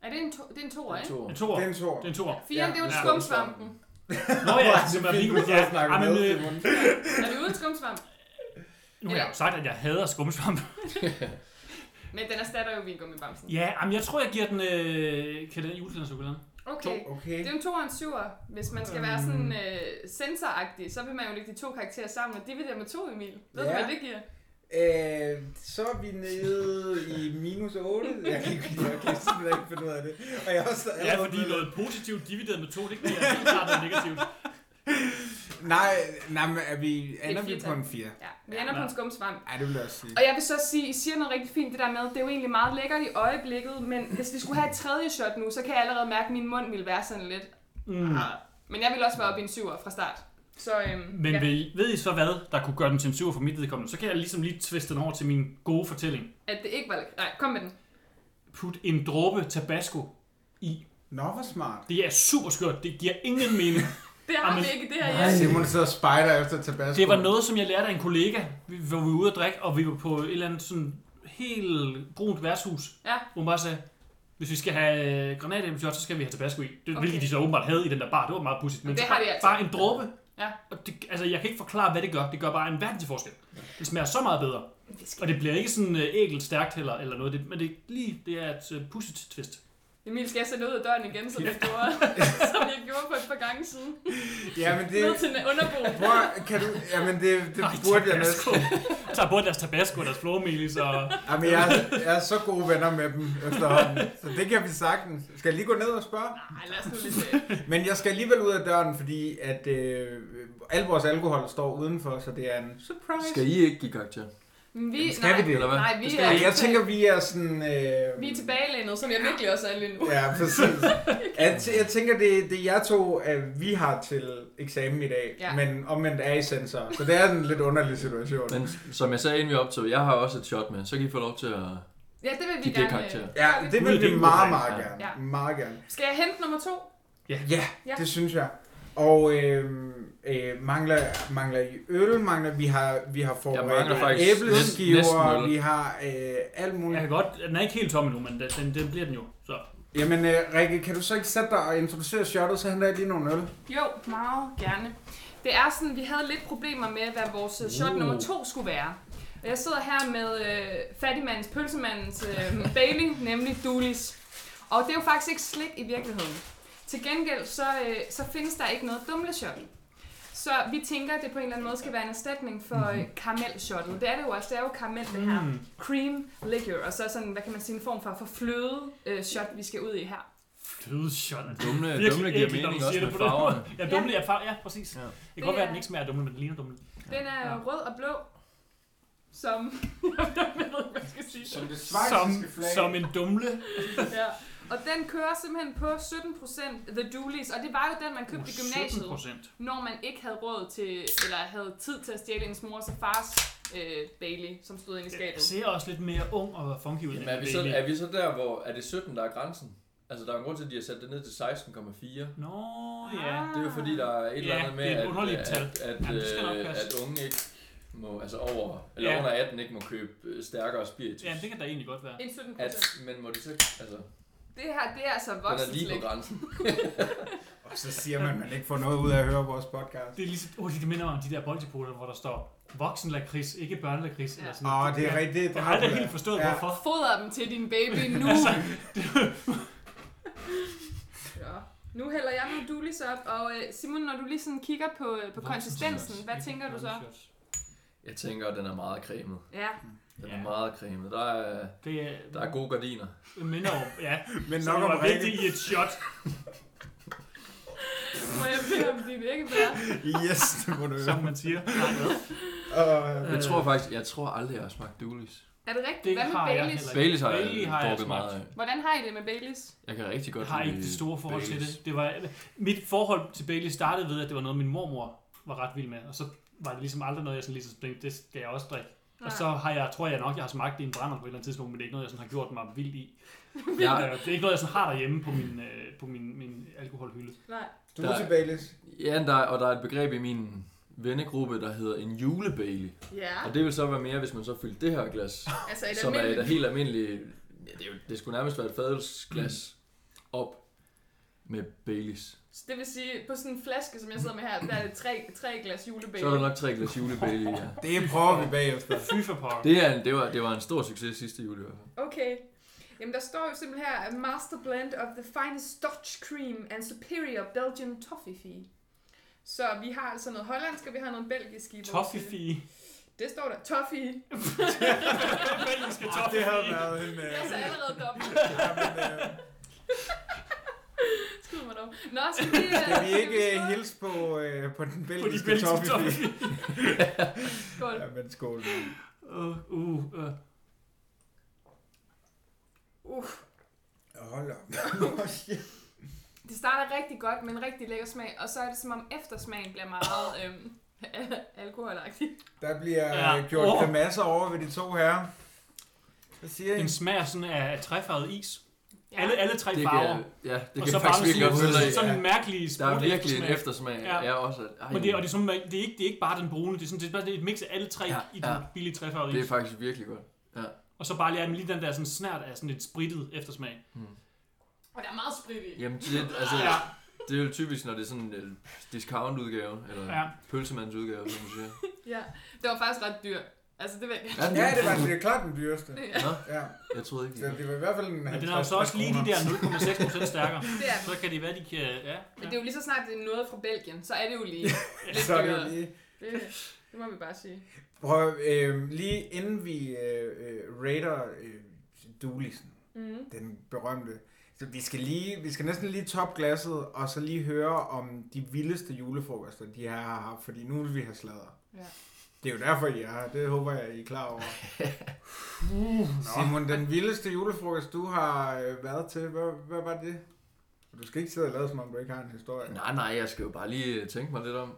Er det en, to, det er en toer, ikke? To. en toer. Det er Det en tor. er en toer. Fire, Ja. det er jo Ja. skumsvampen. Nå ja, altså som er lige ja, ja, snakke ej, men, med, øh, Simon. Er vi uden skumsvamp? Nu har jeg jo sagt, at jeg hader skumsvamp. Men den erstatter jo vingummibamsen. Ja, jamen, jeg tror, jeg giver den øh, kalender julekalender Okay. Okay. Det er jo en toer og en syver. Hvis man skal være sådan Øhm. øh, sensoragtig, så vil man jo lægge de to karakterer sammen og dividere med to, Emil. Ved du, Ja. hvad det giver? Øh, så er vi nede i minus 8. Jeg kan, ikke, jeg kan simpelthen ikke finde ud af det. Og jeg er også, Ja, fordi noget positivt divideret med to, det bliver helt klart noget negativt. Nej, nej, men er vi, ender vi på firtal. en 4? Ja. Vi ender på en skumsvamp. Ej, det vil jeg også sige. Og jeg vil så sige, I siger noget rigtig fint det der med, det er jo egentlig meget lækkert i øjeblikket, men hvis vi skulle have et tredje shot nu, så kan jeg allerede mærke, at min mund ville være sådan lidt. Mm. Ah. Men jeg ville også være oppe i en syver fra start. Så øhm, Men ja, ved, I- ved I så hvad, der kunne gøre den til en syver for mit vedkommende, så kan jeg ligesom lige tviste den over til min gode fortælling. at det ikke var lækkert. Nej, kom med den. Put en dråbe tabasco i. Nå, hvor smart. Det er super skørt. Det giver ingen mening. Det har Jamen, vi ikke, det her Ej. hjemme. Simon sidder og spejder efter tabasco. Det var noget, som jeg lærte af en kollega, Vi- hvor vi var ude at drikke, og vi var på et eller andet sådan helt brunt værtshus, Ja. hvor hun bare sagde, hvis vi skal have øh, granatæbleshot, så skal vi have tabasco i. Det, Okay. Hvilket de så åbenbart havde i den der bar. Det var meget pudsigt. Men Det så har bare, de altid. bare en dråbe. Ja. Og det, altså, jeg kan ikke forklare, hvad det gør. Det gør bare en verden til forskel. Det smager så meget bedre. Og det bliver ikke sådan øh, ægelt stærkt heller, eller noget. Det, men det er lige det er et øh, pudsigt twist. Emil skal jeg sætte ud af døren igen, som jeg gjorde, som jeg gjorde for et par lange side. Ja, men det... Ned til underboen. Prøv, at- kan du... Jamen, det, det Nej, burde jeg næsten... tabasco. Så både deres tabasco og deres flormelis og... Jamen, jeg, er- jeg er så gode venner med dem efterhånden, så det kan vi sagtens. Skal jeg lige gå ned og spørge? Nej, lad os nu lige se. Men jeg skal alligevel ud af døren, fordi at øh, al vores alkohol står udenfor, så det er en surprise. Skal I ikke give karakter? Men Vi, Jamen, skal nej, vi det, eller hvad? Nej, vi Ja, er, jeg tænker, vi er sådan... Øh, vi er tilbagelændet, som jeg virkelig også er lige nu. Ja, præcis. Jeg, tæ- jeg tænker, det, det jeg to, at vi har til eksamen i dag, Ja. ja. men omvendt er i sensor. Så det er en lidt underlig situation. Men som jeg sagde inden vi optog, jeg har også et shot med, så kan I få lov til at... Ja, det vil vi Giv det gerne. karakter. øh, Ja, det Gud, vil det er vi meget, en god meget plan. gerne. Ja. Ja. Meget gerne. Skal jeg hente nummer to? Ja, Ja. ja, det synes jeg. Og øh, øh, mangler, mangler I øl, mangler vi har, vi har mangler forberedt faktisk næsten- næsten æbleskiver, øl. vi har øh, alt Jeg muligt. kan godt... Den er ikke helt tom endnu, men den, den, den bliver den jo. Så. Jamen, øh, Rikke, kan du så ikke sætte dig og introducere shotet, så henter jeg lige nogle øl? Jo, meget gerne. Det er sådan, vi havde lidt problemer med, hvad vores øh, shot nummer to skulle være. Og jeg sidder her med øh, fattigmandens, pølsemandens øh, Bailey, nemlig Dulis. Og det er jo faktisk ikke slik i virkeligheden. Til gengæld, så, øh, så findes der ikke noget dumleshot. Så vi tænker, at det på en eller anden måde skal være en erstatning for øh, karamel-shottet. Det er det jo også. Det er jo karamel, det her. Mm. Cream liquor, og så sådan, hvad kan man sige, en form for, for fløde øh, shot, vi skal ud i her. Føde shot. altså. Dumle, Virkelig dumle giver ægelt, når mening du også siger med det på den måde. farverne. Ja, dumle er farve. Ja, præcis. Ja. Det Det kan godt være, er- at den ikke smager af dumle, men den ligner dumle. Den er Ja. ja. rød og blå, som... jeg ved ikke, hvad jeg skal sige. Som det Som, som en dumle. Ja. Og den kører simpelthen på 17% The Doolies, og det var jo den, man købte i gymnasiet, 17 når man ikke havde råd til, eller havde tid til at stjæle ens mors og fars øh, Bailey, som stod inde i Jeg skabet. ser også lidt mere ung og funky ud. Jamen, end er, vi så, Bailey. er vi så der, hvor... Er det 17, der er grænsen? Altså, der er en grund til, at de har sat det ned til 16,4. Nå, Ah. ja. Det er jo fordi, der er et eller Ja, andet med, det er et at, underligt at, tal. at, at, Jamen, det skal nok øh, passe. at unge ikke må, altså over, eller Ja. under 18 ikke må købe øh, stærkere spiritus. Ja, det kan da egentlig godt være. En 17%. At, men må de så, altså, den Det her, det er altså er voksen lige slik. på grænsen. Og så siger man, at man ikke får noget ud af at høre vores podcast. Det er lige så, oh, det minder mig om de der bolsjepoler, hvor der står voksenlakrids, ikke børnelakrids. Ja. Ja. Eller sådan Åh, noget. oh, det er Ja. rigtigt. Jeg har aldrig helt forstået, ja. hvorfor. Fodrer dem til din baby nu. ja. Nu hælder jeg nogle Doolies op, og øh, Simon, når du lige sådan kigger på, øh, på konsistensen, hvad tænker du så? Jeg tænker, at den er meget cremet. Ja, Den Ja. er meget cremet. Der er, Det er, der er gode gardiner. det minder om, ja. Men Så nok det om var Rikke. vigtigt i et shot. må jeg bede om dit æggebær? Yes, det må du som høre. man siger. Nej, hvad? Og, øh, Øh. Jeg tror faktisk, jeg tror aldrig, jeg har smagt Dulis. Er det rigtigt? Det Hvad med har jeg Baileys? heller ikke. Baileys har Bailey jeg har jeg drukket smagt. meget af. Hvordan har I det med Baileys? Jeg kan rigtig godt Jeg har lide ikke det store forhold til Baileys. det. det var, mit forhold til Bailey startede ved, at det var noget, min mormor var ret vild med. Og så var det ligesom aldrig noget, jeg sådan lige så tænkte, det skal jeg også drikke. Og så har jeg, tror jeg nok, jeg har smagt det i en brænder på et eller andet tidspunkt, men det er ikke noget, jeg sådan har gjort mig vild i. Jeg, Øh, Det er ikke noget, jeg sådan har derhjemme på min, øh, på min, min alkoholhylde. Nej. du er til Baileys. ja, der, er- og der er et begreb i min vennegruppe, der hedder en julebailey. Ja, Og det vil så være mere, hvis man så fyldte det her glas, altså et som Ah. er et almindeligt... helt almindeligt... Ja, det, er jo, det skulle nærmest være et fadelsglas op med Baileys. Det vil sige, på sådan en flaske, som jeg sidder med her, der er det tre, tre glas Så er der julebæl. nok tre glas julebailey, ja. Det prøver vi bagefter. Fy for pokker. Det, er en, det, var, det var en stor succes sidste jul i hvert fald. Okay. Jamen, der står jo simpelthen her, "A Master Blend of the finest Dutch cream and superior Belgian toffee. Så vi har altså noget hollandsk, og vi har noget belgisk i vores- Toffifee. Det står der. Toffee. Belgiske Det har toffifee. været en... Øh, Jeg er så Altså, allerede dobbelt. jamen, øh, Skyd mig dog. Nå, så vi... øh, kan vi ikke skåle? øh, hilse på, øh, på den På de belgiske belgiske toffee? toffifee. Skål. Jamen, skål. Uh, uh, uh. Uh, Hold op. det starter rigtig godt med en rigtig lækker smag, og så er det som om eftersmagen bliver meget øhm, alkoholagtig. Der bliver Ja. øh, gjort Åh. oh. masser over ved de to herrer. Hvad siger I? Den smager sådan af af træfarvet is. Alle, alle tre Det farver. kan, ja, det og kan så jeg bare faktisk virkelig godt følge dig sådan, i. sådan en mærkelig Der er sprut virkelig en eftersmag. eftersmag. Ja. Ja. Er også, at, ej, Men det, og det, er sådan, man- det, er ikke, det er ikke bare den brune, det er, sådan, det er, bare, det er et mix af alle tre Ja, ja, i den ja. billige træfarvede det is. er faktisk virkelig godt. Og så bare lige, jamen, lige den der sådan snært af sådan et sprittet eftersmag. Og der er meget sprit i. Jamen, det, altså, Ja, det er jo typisk, når det er sådan en discount-udgave, eller ja. pølsemandsudgave, som man siger. Ja. Det var faktisk ret dyrt. Altså, det ved jeg ikke. Ja, Ja, det var det er klart den dyreste. Nå, Ja, jeg troede ikke, så det det var i hvert fald en Men den er jo så også lige de der 0,6% stærkere. Det er Så kan det være, de kan... Ja, Men det ja. er jo lige så snart, det er noget fra Belgien, så er det jo lige lidt Så er det jo dyrere. lige... Det, det må vi bare sige. Prøv, øh, lige inden vi øh, øh, raider øh, Dulisen, Mm. den berømte, så vi skal, lige, vi skal næsten lige top glasset, og så lige høre om de vildeste julefrokoster, de her har haft, fordi nu vil vi have sladder. Ja. Det er jo derfor, I er her. Det håber jeg, I er klar over. Uh, Simon, den vildeste julefrokost, du har øh, været til, hvad, hvad var det? Du skal ikke sidde og lade, som om du ikke har en historie. Nej, nej, jeg skal jo bare lige øh, tænke mig lidt om.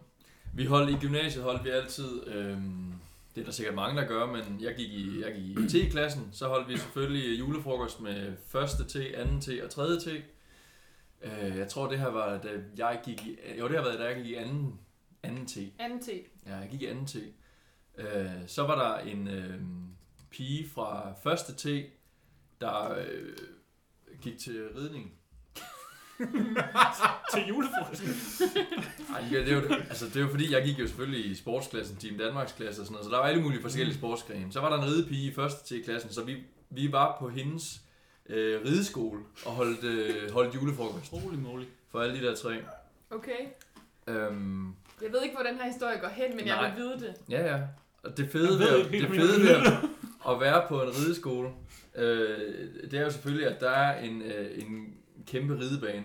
Vi holdt i gymnasiet, holdt vi altid, øhm, det er der sikkert mange, der gør, men jeg gik i, jeg gik i T-klassen, så holdt vi selvfølgelig øh, julefrokost med første T, anden T og tredje T. Øh, jeg tror, det her var, da jeg gik i, jo, det har været, da jeg gik i anden, anden T. Anden te. Ja, jeg gik i anden T. Øh, så var der en øh, pige fra første T, der øh, gik til ridning. Til julefrokosten. Ej, ja, det er jo, altså, det er jo fordi, jeg gik jo selvfølgelig i sportsklassen, Team Danmarks klasse og sådan noget, så der var alle mulige forskellige sportsgrene. Så var der en ridepige i første til klassen, så vi, vi var på hendes øh, rideskole og holdt, øh, holdt julefrokost Holy moly. for alle de der tre. Okay. Øhm, Jeg ved ikke, hvor den her historie går hen, men Nej. jeg Nej. vil vide det. ja, ja. Og det Jeg fede ved ved, ikke at- helt, det hvad fede jeg ved at- at være på en rideskole, øh, det er jo selvfølgelig, at der er en, øh, en kæmpe ridebane,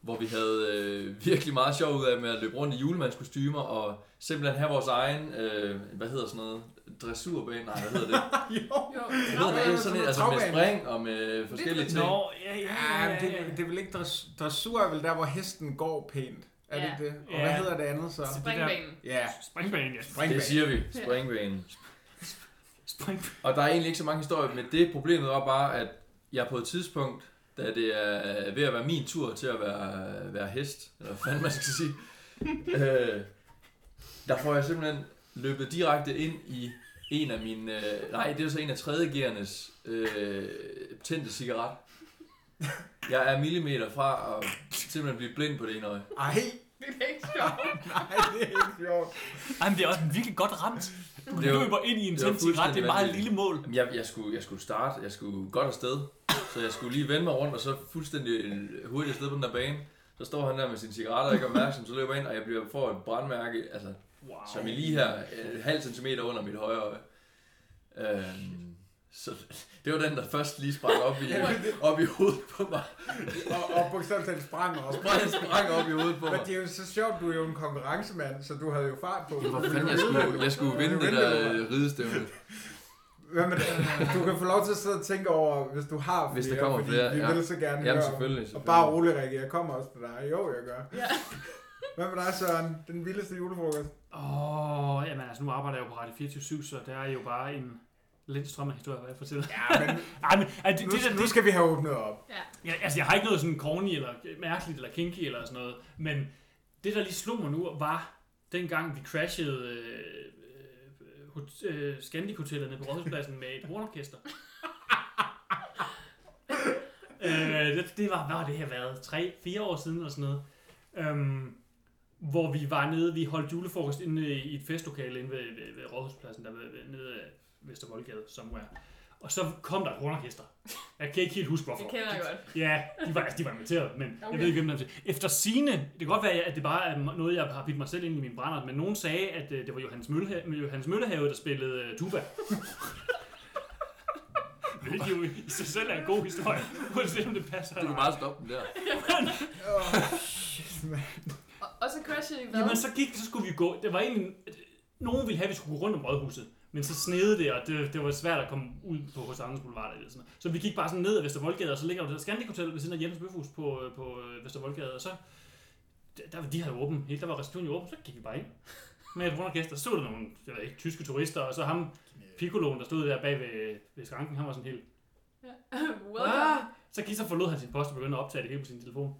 hvor vi havde øh, virkelig meget sjov ud af med at løbe rundt i julemandskostymer og simpelthen have vores egen, øh, hvad hedder sådan noget, dressurbane, nej, hvad hedder det? Jo. Jeg ved, hvad det er, sådan et, altså med Travbane. spring og med forskellige ting. Nå, ja, ja, Ja, men ja, det, ja. det er vel ikke dress- dressur, er vel der, hvor hesten går pænt. Er det Ja. ikke det? Og Ja. hvad hedder det andet så? Springbanen. Ja, Springbanen, ja. springbane. Det siger vi, springbanen. Springbanen. Og der er egentlig ikke så mange historier, men det problemet var bare, at jeg på et tidspunkt, da det er ved at være min tur til at være, være hest, eller hvad fanden man skal sige, øh, der får jeg simpelthen løbet direkte ind i en af mine, øh, nej, det er jo så en af tredjegernes øh, tændte cigaret. Jeg er millimeter fra at simpelthen blive blind på det ene øje. Ej, Det er ikke sjovt. nej, det er ikke sjovt. Ej, men det er også virkelig godt ramt. Du Det er jo- løber ind i en det er jo tændt cigaret. Det er et meget fuldstændig lille mål. Jamen, Jeg, jeg, skulle, jeg skulle starte, jeg skulle godt afsted, så jeg skulle lige vende mig rundt, og så fuldstændig øh, hurtigt afsted på den der bane. Så står han der med sin cigaret, og ikke er opmærksom, så løber jeg ind, og jeg bliver, får et brandmærke, altså, Wow. som er lige her, øh, halv centimeter under mit højre øje. Øhm, så det var den, der først lige sprang op i, op i hovedet på mig. Og, og bogstaveligt talt sprang op. Sprang, sprang op i hovedet på Men mig. det er jo så sjovt, du er jo en konkurrencemand, så du havde jo fart på. Hvor fanden, jeg skulle, jeg skulle vinde det der øh, ridestævne. Hvad med det? Du kan få lov til at sidde og tænke over, hvis du har flere, Hvis der kommer fordi flere, vi ja. vil så gerne Jamen, høre om. selvfølgelig. Og selvfølgelig. bare rolig, Rikke, jeg kommer også til dig. Jo, jeg gør. Ja. Hvad med dig, Søren? Den vildeste julefrokost? Åh, oh, jamen altså, nu arbejder jeg jo på Radio 24 så der er jo bare en lidt strøm af historier, hvad jeg fortæller. Ja, men Ej, men er det, nu, det, det, nu det, skal vi have åbnet op. ja, altså, jeg har ikke noget sådan corny eller mærkeligt eller kinky eller sådan noget, men det, der lige slog mig nu, var dengang vi crashede øh, øh, hot- øh, Scandic-hotellerne på Rådhuspladsen med et hornorkester. øh, det, det var, hvad har det her været? 3-4 år siden eller sådan noget. Øhm, hvor vi var nede, vi holdt julefrokost inde i et festlokale inde ved, ved, ved Rådhuspladsen, der ved, ved, nede af Vestervoldgade, somewhere. Og så kom der et hornorkester. Jeg kan ikke helt huske, hvorfor. Det kender jeg godt. Ja, de var, altså, de var inviteret, men okay. Okay. jeg ved ikke, hvem der var Efter sine, det kan godt være, at det bare er noget, jeg har bidt mig selv ind i min brænder, men nogen sagde, at øh, det var Johannes, Møllehave, Johannes Møllehave, der spillede øh, tuba. Hvilket jo i sig selv er en god historie, uanset om det passer Du eller kan ej. bare stoppe den der. Åh, Og, og så crashede I hvad? Jamen, så, gik, så skulle vi gå. Det var egentlig... Nogen ville have, at vi skulle gå rundt om rådhuset. Men så snede det, og det, det var svært at komme ud på hos Anders Boulevard. Eller sådan noget. Så vi gik bare sådan ned ad Vestervoldgade, og så ligger der det der Scandic Hotel ved siden af Jens Bøfhus på, øh, på øh, Vestervoldgade. Og så... Der, der var- de havde åben. Helt der var restauranten jo åben, så gik vi bare ind. Med et rundt gæster. Så stod der nogle jeg ved ikke, tyske turister, og så ham, Piccoloen, der stod der bag ved, ved skranken, han var sådan helt... Welcome. Ah. Så gik så forlod han sin post og begyndte at optage det hele på sin telefon.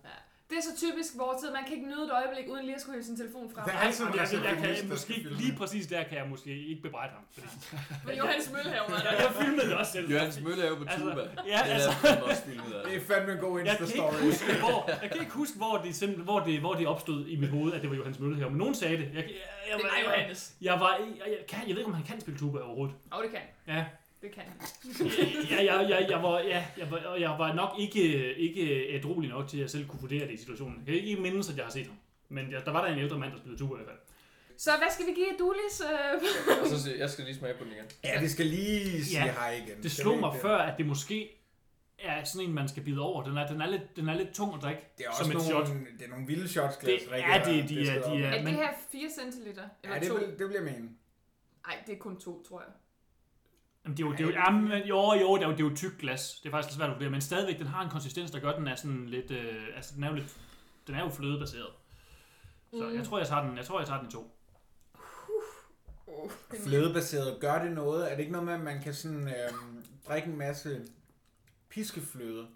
Det er så typisk vores tid. Man kan ikke nyde et øjeblik, uden lige at skulle hive sin telefon frem. Det er altid Jeg, jeg, jeg, Johannes, kan der måske, skal filme. lige præcis der kan jeg måske ikke bebrejde ham. Fordi Men Johannes Møllehave var jeg, der. jeg filmede det også selv. Johannes Mølle er jo på Altså, tuba. ja, det altså. er fandme også filmet af Det er det. fandme en god Jeg kan, Insta-story. ikke huske, hvor, jeg kan ikke huske, hvor det, simpelthen, hvor det, hvor det opstod i mit hoved, at det var Johannes Mølle her. Men nogen sagde det. Jeg, jeg, jeg, Det var jeg, jeg, Johannes. jeg, var, jeg, jeg, kan, jeg ved ikke, om han kan spille tuba overhovedet. Og det kan. Ja, Det kan han. jeg, jeg, jeg, jeg, var, ja, jeg, var, og jeg var nok ikke, ikke ædrolig nok til, at jeg selv kunne vurdere det i situationen. Jeg kan ikke mindes, at jeg har set ham. Men jeg, der var der en ældre mand, der spillede tuba i hvert fald. Så hvad skal vi give Dulis? Øh, Og så siger jeg, jeg skal lige smage på den igen. Ja, vi skal lige sige Ja. hej igen. Det slog er mig ikke før, at det måske er sådan en, man skal bide over. Den er, den er, lidt, den er lidt tung at drikke, Det er også som et nogle, shot. Det er nogle vilde shots, Det Claus Rikke er har det, de disket er. op. De er er men, det her 4 centiliter? Eller Ja, to? det, vil, det vil jeg mene. Nej, det er kun to, tror jeg. jamen, det er jo, det er jo, jamen, jo, jo, det er jo, det er jo tyk glas. Det er faktisk lidt svært at vurdere, men stadigvæk, den har en konsistens, der gør, den er sådan lidt... Øh, altså, den er jo lidt... Den er jo flødebaseret. Så Mm. jeg tror, jeg tager den, jeg tror, jeg tager den i to. Oh, Flødebaseret, gør det noget? Er det ikke noget med, at man kan sådan øhm, drikke en masse piskefløde,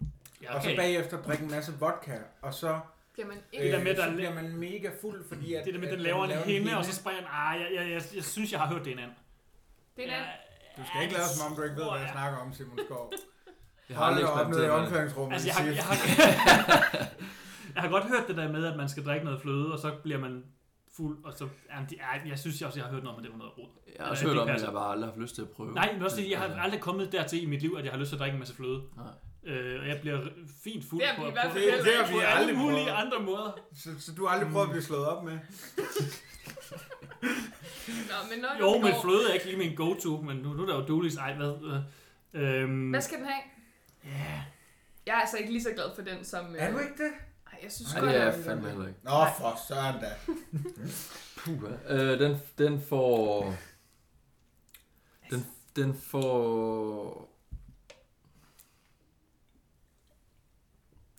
Ja, okay. og så bagefter drikke en masse vodka, og så, Bliver man øh, ikke... der med, der så er- bliver man mega fuld, fordi at, Det der med, at at den laver en hende, og så springer den. Ah, jeg, jeg, jeg, jeg synes, jeg har hørt det en anden. Det er den. Du skal ikke lade som om, du ikke ved, hvad jeg snakker om, Simon Skov. Jeg Hold da op nede i med det. omklædningsrummet. Altså, jeg har, siger- jeg, har, jeg har godt hørt det der med, at man skal drikke noget fløde, og så bliver man fuld, og så... Jamen, det er, jeg synes jeg også, jeg har hørt noget om, at det var noget råd. Jeg har også Ja, hørt det om, at passer. jeg bare aldrig har haft lyst til at prøve. Nej, men også fordi, jeg har Altså, aldrig kommet dertil i mit liv, at jeg har lyst til at drikke en masse fløde. Nej. Øh, og jeg bliver r- fint fuld Det har vi på, i hvert på, fald Det, det har på vi alle aldrig mulige prøvet. andre måder. Så, så du har aldrig prøvet at blive slået op med? Nå, men når Jo, den men går- fløde er ikke lige min go-to, men nu, nu er der jo dulis. Ej, hvad? øh, Øhm, Hvad skal den have? Ja. Jeg er altså ikke lige så glad for den, som... Øh... Er du ikke det? Ej, jeg synes Ej, godt, det er jeg at- fandme heller ikke. Nå, for søren da. Puh, ja. øh, den, den får... Den, den får...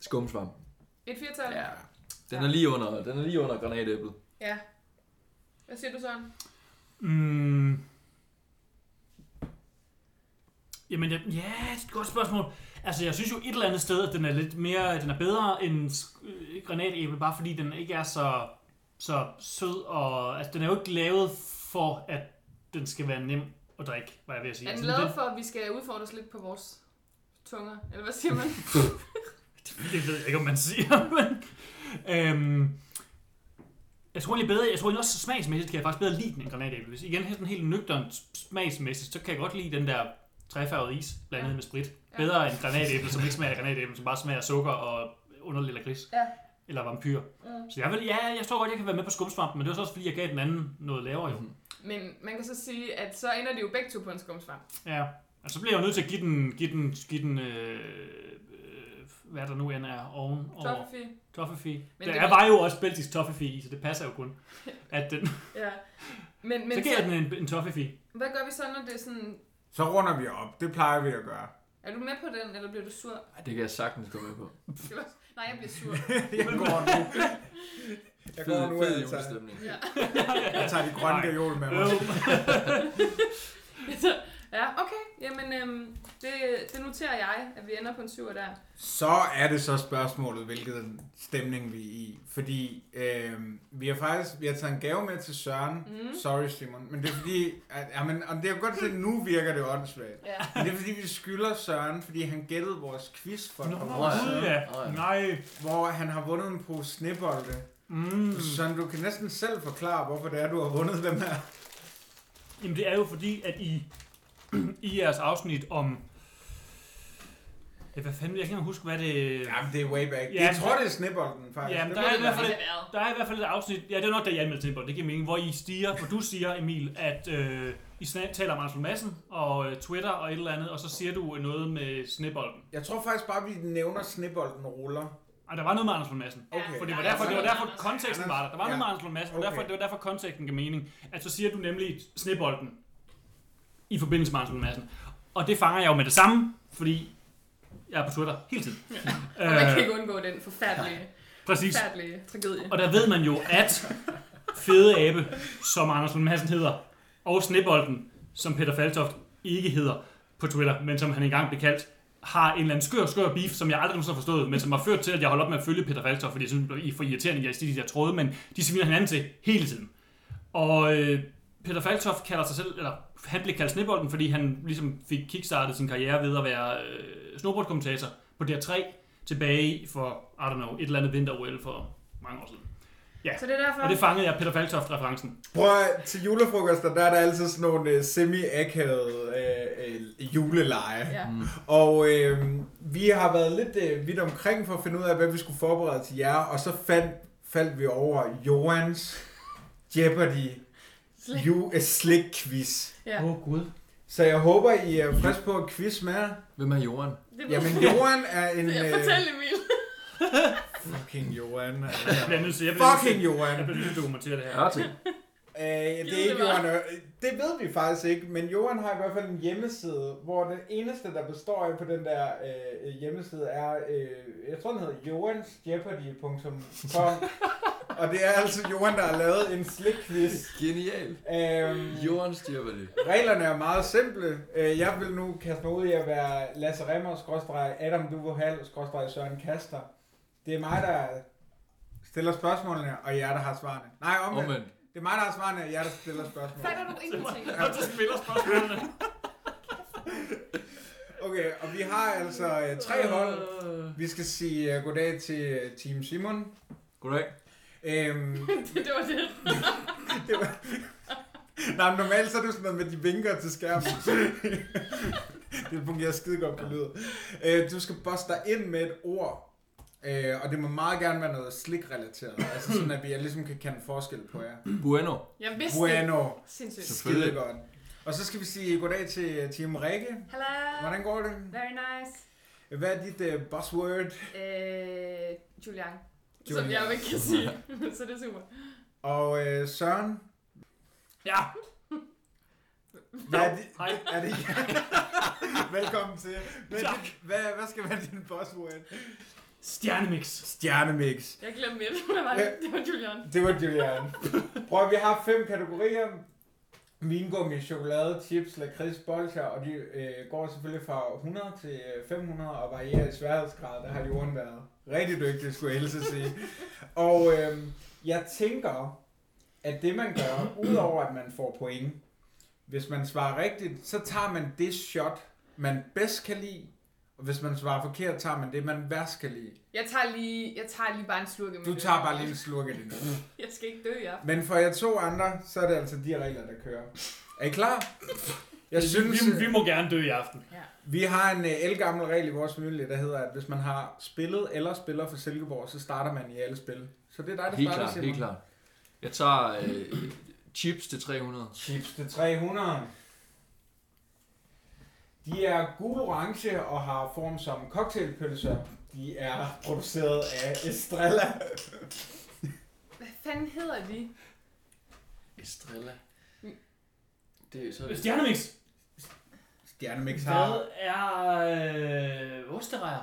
Skumsvamp. Et firtal? Ja. Den er lige under, den er lige under granatæblet. ja. Hvad siger du, Søren? Mm. Jamen, jeg, ja, det er et godt spørgsmål. Altså, jeg synes jo et eller andet sted, at den er lidt mere, den er bedre end sk- øh, granatæble, bare fordi den ikke er så, så sød, og altså, den er jo ikke lavet for, at den skal være nem at drikke, var jeg ved at sige. Er den altså, lavet for, at vi skal udfordres lidt på vores tunger? Eller hvad siger man? Det ved jeg ikke, om man siger, men... Øhm, jeg tror egentlig bedre, jeg tror egentlig også smagsmæssigt kan jeg faktisk bedre lide den end granatæble. Hvis igen sådan helt nøgternt smagsmæssigt, så kan jeg godt lide den der træfarvede is blandet Ja. ja. med sprit. Ja. Bedre end granatæble, som ikke smager af granatæble, som bare smager af sukker og underlig lakrids. Ja. Eller vampyr. Mm. Så jeg, vil, ja, jeg tror godt, jeg kan være med på skumsvampen, men det var så også fordi, jeg gav den anden noget lavere jo. Mhm. Men man kan så sige, at så ender det jo begge to på en skumsvamp. Ja. Og Altså, så bliver jeg jo nødt til at give den, give den, give den øh, øh, hvad der nu end er oven over. Toffefee. Toffefi. Men Men der det det er- var jo også belgisk toffefi i, så det passer jo kun. At den, Ja. Men, men så giver jeg den en, en toffefi. hvad gør vi så, når det er sådan... Så runder vi op. Det plejer vi at gøre. Er du med på den, eller bliver du sur? Ej, det kan jeg sagtens gå med på. Nej, jeg bliver sur. Jeg går nu. Jeg Fed, går nu, fed altså. julestemning. Ja. Jeg tager de grønne gajol med mig. Øv. ja, okay. Jamen, øhm, det, det noterer jeg, at vi ender på en syver der. Så er det så spørgsmålet, hvilken stemning vi er i. Fordi øh, vi har faktisk vi har taget en gave med til Søren. Mm. Sorry Simon, men det er fordi, at, ja, men, og det er jo godt til, at nu virker det åndssvagt. Ja. Men det er fordi, vi skylder Søren, fordi han gættede vores quiz for et par Nå, år ja. siden, ja. Åh, ja. Øh, Nej. hvor han har vundet en pose snebolde. Mm. Så du kan næsten selv forklare, hvorfor det er, du har vundet dem her. Jamen det er jo fordi, at I, i jeres afsnit om... Ja, hvad fanden, jeg kan ikke engang huske, hvad det... Jamen, det er way back. Ja, jeg tror, det er snebolden, faktisk. Det Jamen, der ved er i jeg hvert fald godt. Det har været. Der er i hvert fald et afsnit, ja, det er nok, der jeg anmeldte til, det giver mening, hvor I stiger, hvor du siger, Emil, at øh, I snak, taler om Arnold Madsen og øh, Twitter og et eller andet, og så siger du øh, noget med snebolden. Jeg tror faktisk bare, vi nævner snebolden ruller. Ej, der var noget med Anders Lund Madsen. Okay. For det var Ja, derfor, det var Anders. derfor konteksten var der. Der var Ja. noget med Anders Lund Madsen, det var Okay. derfor, det var derfor konteksten gav mening. At så siger du nemlig snebolden i forbindelse med Anders Lund Madsen. Og det fanger jeg jo med det samme, fordi jeg er på Twitter hele tiden. Og man kan Øh, ikke undgå den forfærdelige, præcis. forfærdelige tragedie. Og der ved man jo, at Fede Abe, som Anders Lund Madsen hedder, og Snebolden, som Peter Faltoft ikke hedder på Twitter, men som han engang blev kaldt, har en eller anden skør, skør beef, som jeg aldrig nogensinde har forstået, men som har ført til, at jeg holder op med at følge Peter Falster, fordi jeg synes, det bliver for irriterende, jeg de der tråde, men de sviner hinanden til hele tiden. Og øh, Peter Falktoft kalder sig selv, eller han blev kaldt Snebolden, fordi han ligesom fik kickstartet sin karriere ved at være øh, snowboardkommentator på DR3 tilbage for, I don't know, et eller andet vinter-OL for mange år siden. Så det er derfor... Og det fangede jeg Peter Falktoft-referencen. Prøv at- til julefrokoster, der er der altid sådan nogle øh, semi-akavede øh, øh, juleleje. Ja. Og øh, vi har været lidt øh, vidt omkring for at finde ud af, hvad vi skulle forberede til jer, og så fandt, faldt vi over Johans Jeopardy Slik. ju- øh, slik quiz. Ja. Åh, oh, Gud. Så jeg håber, I er friske på at quiz med jer. Hvem er Joran? Det er Jamen, Johan er en... jeg Øh, fortæl Emil. fucking Johan. Jeg altså. bliver nødt til, jeg bliver nødt til, Fucking Johan. jeg bliver nødt til at dokumentere det her. Ørting. Øh, det Gider er ikke det bare. Johan Ør- Det ved vi faktisk ikke, men Johan har i hvert fald en hjemmeside, hvor den eneste, der består af på den der øh, hjemmeside, er, øh, jeg tror, den hedder johansjeopardy.com. og det er altså Johan, der har lavet en slikquiz. Genial. Øhm, Joran Stjernberg. reglerne er meget simple. Øh, jeg vil nu kaste mig ud i at være Lasse Remmer, skråstreg Adam Duvohal, skråstreg Søren Kaster. Det er mig, der stiller spørgsmålene, og jer, der har svarene. Nej, omvendt. Omvendt. Det er mig, der har svarene, og jer, der stiller spørgsmål. Fatter du ingenting? Og så spiller spørgsmålene. Okay, og vi har altså øh, tre hold. Vi skal sige øh, goddag til øh, Team Simon. Goddag. Øhm, det, det var det. det var... Nej, men normalt så er det jo sådan noget med, at de vinker til skærmen. det fungerer skide godt på lyd. Øh, du skal boste dig ind med et ord, øh, og det må meget gerne være noget slik-relateret. altså sådan, at vi ligesom kan kende forskel på jer. Bueno. Jeg vidste det. Bueno, Sindssygt. skide godt. Og så skal vi sige goddag til øh, Team Rikke. Hello. Hvordan går det? Very nice. Hvad er dit øh, buzzword? Øh, Julian. Som Julian. jeg jo ikke kan sige. så det er super. Og øh, Søren? Ja, Hvad er, di- hej. er det Velkommen til. Hvad, er Tak. dit- hvad, hvad skal være din buzzword? Stjernemix. Stjernemix. Jeg glemte det. Hvad var det? Øh. Det var Julian. Det var Julian. Prøv at- vi har fem kategorier. Vingummi, chokolade, chips, lakrids, bolcher, og de øh, går selvfølgelig fra 100 til øh, 500 og varierer i sværhedsgrad. Der har Jorden været rigtig dygtig, skulle jeg helst sige. Og øh, jeg tænker, at det man gør, udover at man får point, hvis man svarer rigtigt, så tager man det shot, man bedst kan lide, og hvis man svarer forkert, tager man det, man værst kan lide. Jeg tager lige, jeg tager lige bare en slurke med Du det. tager bare lige en slurk af din øl. Jeg skal ikke dø i aften. Men for jer to andre, så er det altså de regler, der kører. Er I klar? Jeg synes, øh, Vi, vi må gerne dø i aften. vi har en elgammel regel i vores familie, der hedder, at hvis man har spillet eller spiller for Silkeborg, så starter man i alle spil. Så det er dig, der Helt starter, klart, helt klart. Jeg tager øh, chips til 300. Chips til 300. De er gul-orange og har form som cocktailpølser. De er produceret af Estrella. Hvad fanden hedder de? Estrella. Det er så... Stjernemix. Stjernemix har... er øh, osterejer?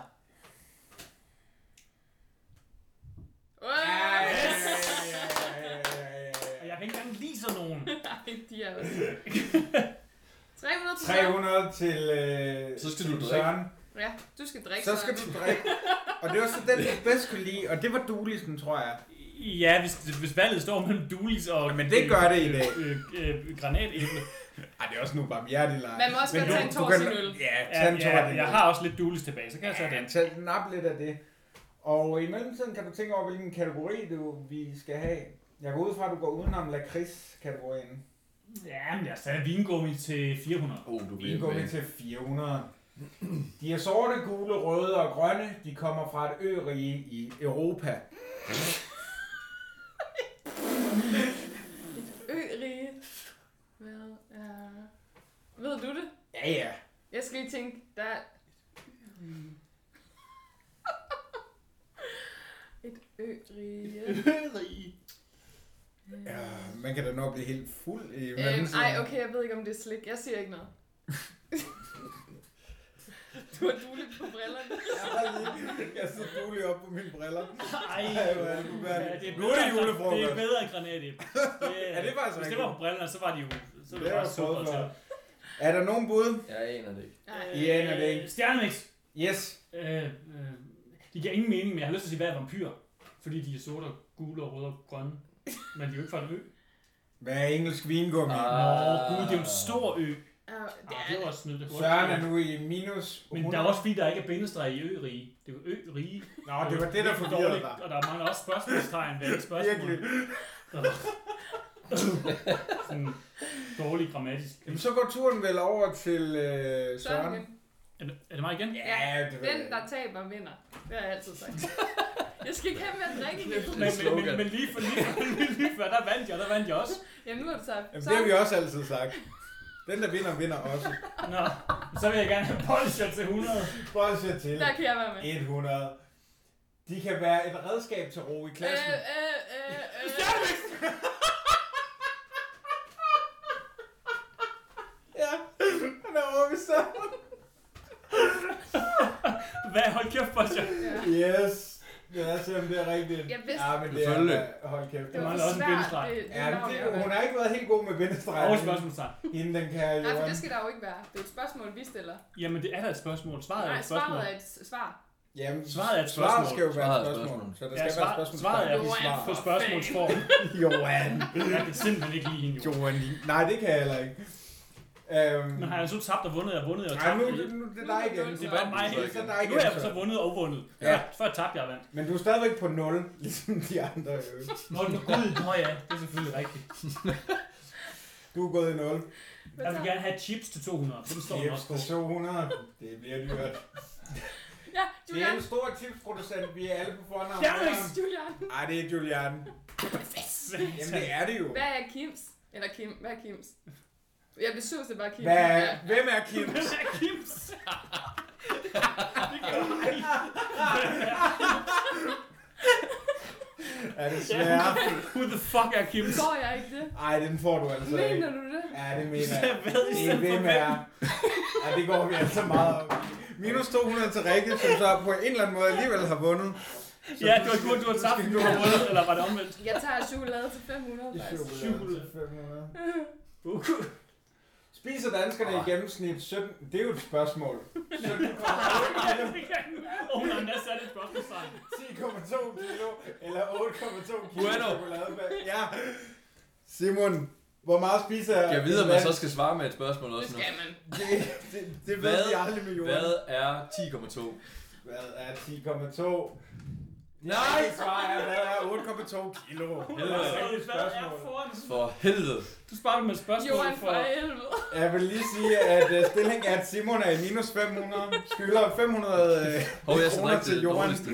Ja, Wow. ja, ja, ja, ja, ja, ja. Jeg kan ikke engang lide sådan nogen. Nej, de er også. 300 300. 300 til øh, Så skal til du drikke. Søren. Ja, du skal drikke. Så skal Søren. du drikke. Og det var så den, jeg bedst kunne lide, og det var Dulisen, tror jeg. Ja, hvis, hvis valget står mellem Dulis og... Men det Mm. gør det i dag. Øh, øh, øh, granatæble. Ej, det er også nu bare hjertelig Man må også godt tage en Torsin øl. Ja, Ja, tage en tår ja, jeg har også lidt Dulis tilbage, så kan jeg tage den. Tag Altså, den op lidt af det. Og i mellemtiden kan du tænke over, hvilken kategori du, vi skal have. Jeg går ud fra, at du går udenom lakrids-kategorien. Ja, men jeg sagde vingummi til 400. Oh, du Vi går med til 400. De er sorte, gule, røde og grønne. De kommer fra et ørige i Europa. Ø-rige. Hvad er... Ved du det? Ja, ja. Jeg skal lige tænke, der er... Et ø-rige. ja man kan da nok blive helt fuld i Øhm, mellemtiden. ej, okay, jeg ved ikke, om det er slik. Jeg siger ikke noget. du har duligt på brillerne. Jeg sidder dulig op på mine briller. Ej, Ej, hvor er det forfærdeligt. Ja, Nu er det julefrokost. Det er bedre end granatæble. Ja, det er faktisk Hvis det rigtigt. var på brillerne, så var de jo... Så var Det det har bare jeg prøvet super til. før. Er der nogen bud? Jeg aner det ikke. Nej. I aner det ikke. Øh, Stjernemix. Yes. Øh, øh, det giver ingen mening, men jeg har lyst til at sige, hvad er vampyr? Fordi de er sorte, og gule og røde og grønne. Men de er jo ikke fra en ø. Hvad er engelsk vingummi? Ah. Åh, oh, gud, det er jo en stor ø. Uh, Ah, det var også snydt. Det var Søren er også- nu i minus. Men der er også fordi, der ikke er bindestreg i ø-rige. Det er jo ø-rige. Nå, det var det, der Virkelig forvirrede dårligt, dig. Og der mangler også spørgsmålstegn ved alle spørgsmål. Virkelig. Sådan dårlig grammatisk. Jamen, så går turen vel over til Søren øh, Søren. øh, igen. Er det, er det mig igen? Ja, det ved Den, jeg. der taber, vinder. Det har jeg altid sagt. jeg skal ikke have med at drikke Det igen. Men, er et men, men, slogan. men lige for lige, for- lige før, der vandt jeg, der vandt jeg også. Jamen, nu er det tabt. Jamen, Så det har vi også altid sagt. Den, der vinder, vinder også. Nå, så vil jeg gerne have bolsjer til 100. Prøv at se til. der kan jeg være med. 100. De kan være et redskab til ro i klassen. Øh, øh, øh, øh. Ja, han er overbevist om. Hvad? Hold kæft, bolsjer. Yes. Lad os se, om det er rigtigt. Jeg vidste- ja, men det Selvfølgelig. er, hold kæft. Det var mangler for også en svært. bindestreg. Det, det, Ja, men navn, jeg har det, hun valgt. har ikke været helt god med venstregen. Og spørgsmålstegn. Inden den kan jo... Nej, for det skal der jo ikke være. Det er et spørgsmål, vi stiller. Jamen, det er da et spørgsmål. Svaret er Nej, et spørgsmål. svaret er et s- svar. Jamen, Svaret er et Svaret spørgsmål. skal jo være Svaret et er et spørgsmål. spørgsmål. Så der skal Ja, være svar- et spørgsmål. svaret er i på spørgsmålsform. Johan. Jeg kan simpelthen ikke lide hende, jo. Johan. Nej, det kan jeg heller ikke. Øhm, Men har jeg så tabt og vundet, og vundet og Nej, tabt. nu, igen. nu, nu det er dig igen. Det var mig. Det er så dig Nu igen, har jeg så. så vundet og vundet. Ja. Ja. Før tabte jeg og vandt. Men du er stadigvæk på 0, ligesom de andre. jo. Nå, nu gud, nå ja, det er selvfølgelig rigtigt. Du er gået i 0. Jeg vil gerne have chips til 200. Den står den også på. Chips til 200. Det bliver dyrt. Ja, Det er Julian. en stor tipsproducent. Vi er alle på fornavn. Dennis! Julian. Ej, det er Julian. Jamen, det er det jo. Hvad er Kims? Eller Kim? Hvad er Kims? Jeg vil synes, det er bare Kim. Hvad, Ja. er- hvem er Kim? Hvem er Kims? Det kan jeg ikke. Er det Ja. svært? Who the fuck er Kims? Går jeg ikke det? Ej, den får du altså ikke. Mener du det? Ja, det mener jeg. Jeg ved Det er ikke, hvem hvem er. Ja, det går vi altså meget op. i. Minus 200 til Rikke, som så på en eller anden måde alligevel har vundet. Ja, det var godt, du har tabt. skal Du gå. har vundet, eller var det omvendt? Jeg tager chokolade til 500. Det er faktisk. chokolade til 500. Uh. Spiser danskerne Ah. i gennemsnit 17... Det er jo et spørgsmål. 17,8 Åh, nej, men der satte et spørgsmålstegn. 10,2 kilo eller 8,2 kilo Bueno. chokoladebær. Ja. Simon, hvor meget spiser jeg? Jeg ved, om man så skal svare med et spørgsmål Det også nu. skal man. Det, det, det ved Hvad- vi aldrig med jorden. Hvad er 10,2? Hvad er 10,2? Nej! Det svar er, hvad er 8,2 kilo? Hvad Det er er et spørgsmål. foran? For helvede. Du sparer med et spørgsmål Johan for... for helvede. Jeg vil lige sige, at øh, stilling er, at Simon er i minus 500. Skylder 500 øh, Hov, jeg skal kroner drikke til det Johan. dårligste.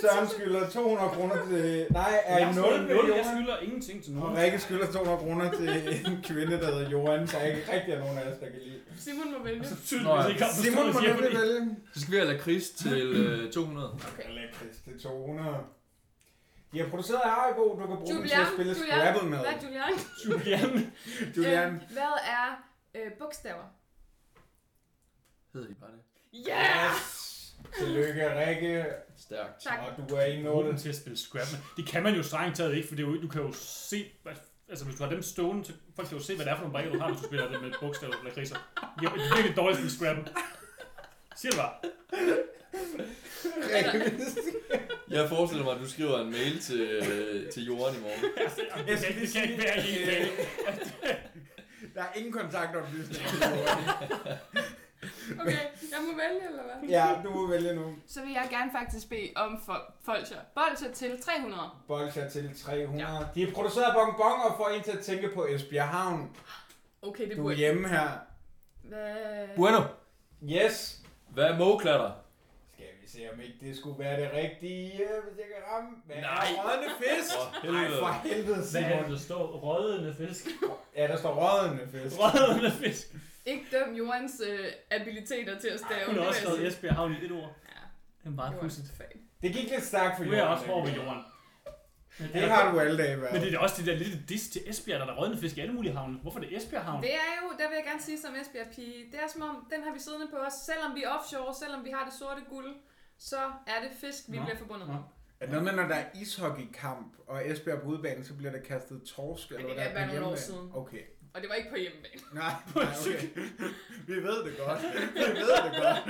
Søren skylder 200 kroner til... Nej, er Jeg i 0 skylder med nul. Jeg Johan. skylder ingenting til nogen. Og Rikke skylder 200 kroner til en kvinde, der hedder Johan, der ikke rigtig er nogen af os, der kan lide. Simon må Altså, vælge. Tydeligvis ikke har forstået, Simon må hvad jeg nemlig siger, vælge. Så skal vi have lakrids til øh, 200. Alexis til 200. De har produceret Haribo, du kan bruge dem til Julian, at spille Julian, Scrabble med. hvad er Julian? fordi Julian. Julian, Øh, Hvad er øh, bogstaver? Hed I bare det? Yeah! yes! Tillykke, Rikke. Stærkt. Tak. Og du er i bruge dem 0. til at spille Scrabble. Det kan man jo strengt taget ikke, for det er jo, ikke- du kan jo se, hvad- altså hvis du har dem stående, så folk kan jo se, hvad det er for nogle brikker, du har, hvis du spiller det med bogstaver eller kriser. Det er jo et virkelig dårligt spil Scrabble. Siger det bare. Jeg forestiller mig, at du skriver en mail til, øh, til Johan i morgen. Altså, det, kan, skal lige det kan ikke være helt sige, øh, galt. Der er ingen kontaktoplysninger. Okay, jeg må vælge, eller hvad? ja, du må vælge nu. Så vil jeg gerne faktisk bede om for bolcher. Bolcher til 300. Bolsjer til 300. Ja. De har produceret bonbon og får en til at tænke på Esbjerg Havn. Okay, det Du er burde... hjemme her. Hvad? Bueno. Yes. Hvad er mågeklatter? Skal vi se, om ikke det skulle være det rigtige, hvis jeg kan ramme. Hvad Nej. Er rådne fisk? For Nej, helvede. for helvede, Hvad er det, Simon. der står? Rødende fisk. Ja, der står rådne fisk. Rødende fisk. Ikke døm Johans øh, abiliteter til at stave. Hun det vil har også jeg skrevet sige. Esbjerg Havn i et ord. Ja, Det er meget Johan pudsigt. er fan. Det gik lidt stærkt for Nu er jeg Johan, også over ved ikke? jorden. Men Det har du alle dage været. Men det er også det der lille dis til Esbjerg, der er der rødende fisk i alle mulige havne. Hvorfor er det Esbjerg Havn? Det er jo, der vil jeg gerne sige som Esbjerg pige, det er som om, den har vi siddende på os, selvom vi er offshore, selvom vi har det sorte guld, så er det fisk, vi Nå, bliver forbundet nå. med. Er det noget med, når der er ishockeykamp, og Esbjerg på udbanen, så bliver der kastet torsk? Eller det hvad er der bare på nogle år hjemmebane? siden. Okay. Og Og det var ikke på hjemmebane. Nej, nej, okay. Vi ved det godt. Vi ved det godt.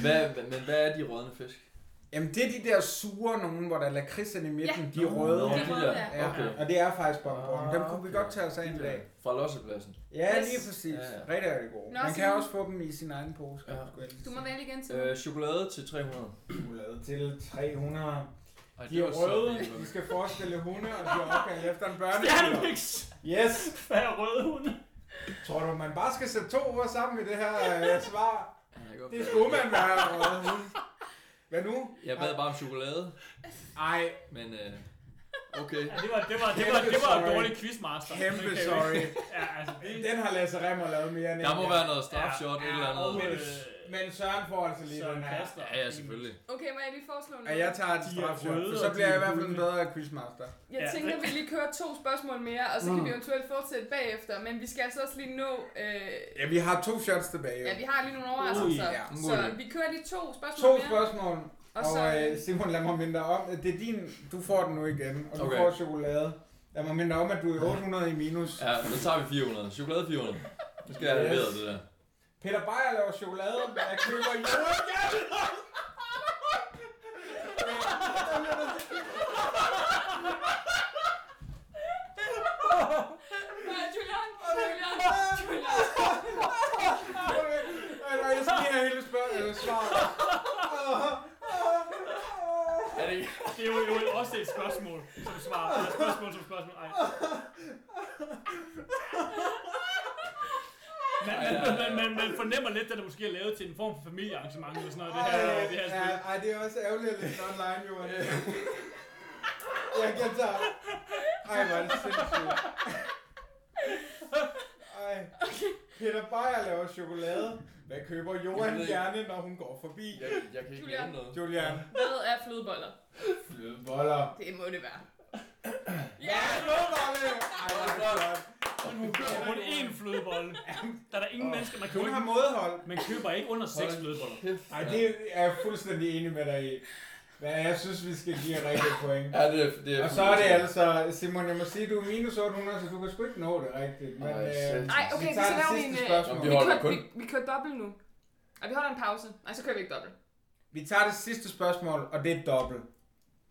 Hvad, men hvad er de rådne fisk? Jamen, det er de der sure nogen, hvor der er lakridserne i midten, Ja. de er røde. Nå, de de røde, der. Ja, Okay. og det er faktisk bonbon. Dem kunne vi Okay. godt tage os af en De dag. der. Fra lossepladsen. Ja, Yes. lige præcis. Ja, ja. Rigtig, rigtig gode. Nå, Man så kan nu- også få dem i sin egen pose. Ja. skulle jeg lige Du må sige. vælge igen til. Øh, chokolade til 300. Chokolade til 300. Ej, De er var så røde, fint, var de det. skal forestille hunde, og de er opkaldt efter en børnehund. Stjernemix! Yes! Færre røde hunde. Tror du, man bare skal sætte to ord sammen i det her øh, svar? Ja, jeg kan godt Det forstå skulle man være. røde hunde. Hvad nu? Jeg bad bare om chokolade, Ej, men øh, okay. Ja, det var, det var, det var, det var en Kæmpe dårlig quizmaster. kæmpe Okay. sorry. Ja, altså, det, Den har Lasse Remmer lavet mere end Der en må gang. være noget strafshot, Ja, et eller ja, andet. og- øh, Men, men Søren får altså lige den her. kaster. Ja, ja, selvfølgelig. Okay, må jeg lige foreslå noget? At jeg tager et De er strafshot, røde, for og så de bliver jeg i er hvert fald en gule. bedre quizmaster. Jeg Ja. tænker, vi lige kører to spørgsmål mere, og så kan vi eventuelt fortsætte bagefter. Men vi skal altså også lige nå... Øh, Ja, vi har to shots tilbage. jo. ja, vi har lige nogle overraskelser. Ui, ja, så muligt. vi kører lige to spørgsmål To mere. spørgsmål, Og og, så- øh, Simon, lad mig minde dig om, at det er din, du får den nu igen, og du Okay. får chokolade. Lad mig minde dig om, at du er 800 i minus. Ja, så tager vi 400. Chokolade 400. Nu skal jeg have Yes. leveret det der. Peter Beyer laver chokolade, men jeg køber julegave. Nej, Julian, Julian, Julian. Ej, nej, jeg skal lige have hele spørgsmålet svaret. Er det ikke? Det er jo, jo også et spørgsmål som svar. Eller spørgsmål som spørgsmål. Ej. Man, man, man, man, man fornemmer lidt, at det måske er lavet til en form for familiearrangement eller sådan noget. Det her, Ej, det her ja, spil. ej, det er også ærgerligt at læse online, jo. at- Jeg kan tage... Ej, hvor er det sindssygt. Ej. Peter Beyer laver chokolade. Hvad køber Jeg ved Johan ikke. gerne, når hun går forbi? Jeg, jeg kan ikke Julian. nævne noget. Julian. Hvad er flødeboller? Boller. Det må det være. Ja, flødebolle! Ej, hvor er det godt. Men hun køber kun én flødebolle. Der er der ingen mennesker, man Hun køber, har modhold. man køber ikke under seks flødeboller. Kæft. Ej, det er jeg fuldstændig enig med dig i. Men jeg synes, vi skal give rigtig point. Ja, det, er- det er Og så er det altså, Simon, jeg må sige, du er minus 800, så du kan sgu ikke nå det rigtigt. Men, Ej, øh, shit. Ej, okay, vi så tager laver det vi en... sidste øh, spørgsmål. Nå, Vi holder kører, kun. vi, vi kører dobbelt nu. Ej, vi holder en pause. Nej, så kører vi ikke dobbelt. Vi tager det sidste spørgsmål, og det er dobbelt.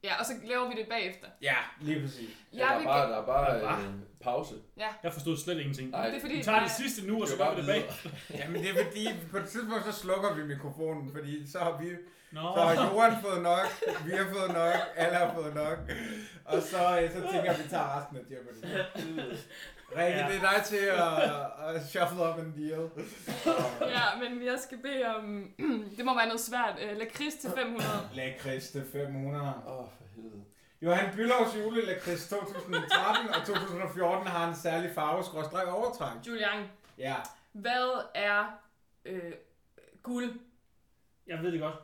Ja, og så laver vi det bagefter. Ja, lige præcis. Ja, der, er bare, der er bare Hva? øh, pause. Jeg forstod slet ingenting. Nej, Det er fordi... Vi tager det sidste nu, og så går vi det bag. Jamen det er fordi, på et tidspunkt så slukker vi mikrofonen, fordi så har vi, Nå, så har Johan fået nok, vi har fået nok, alle har fået nok. Og så, øh, så tænker jeg, at vi tager resten af Jeopardy. Rikke, Ja. det er dig til at, at shuffle up and deal. Ja, men jeg skal bede om... det må være noget svært. Øh, lakrids til 500. Lakrids til 500. Åh, oh, for helvede. Johan Bülovs julelakrids 2013 og 2014 har en særlig farve skråstreg overtræk. Julian, Ja. hvad er øh, guld? jeg ved det godt.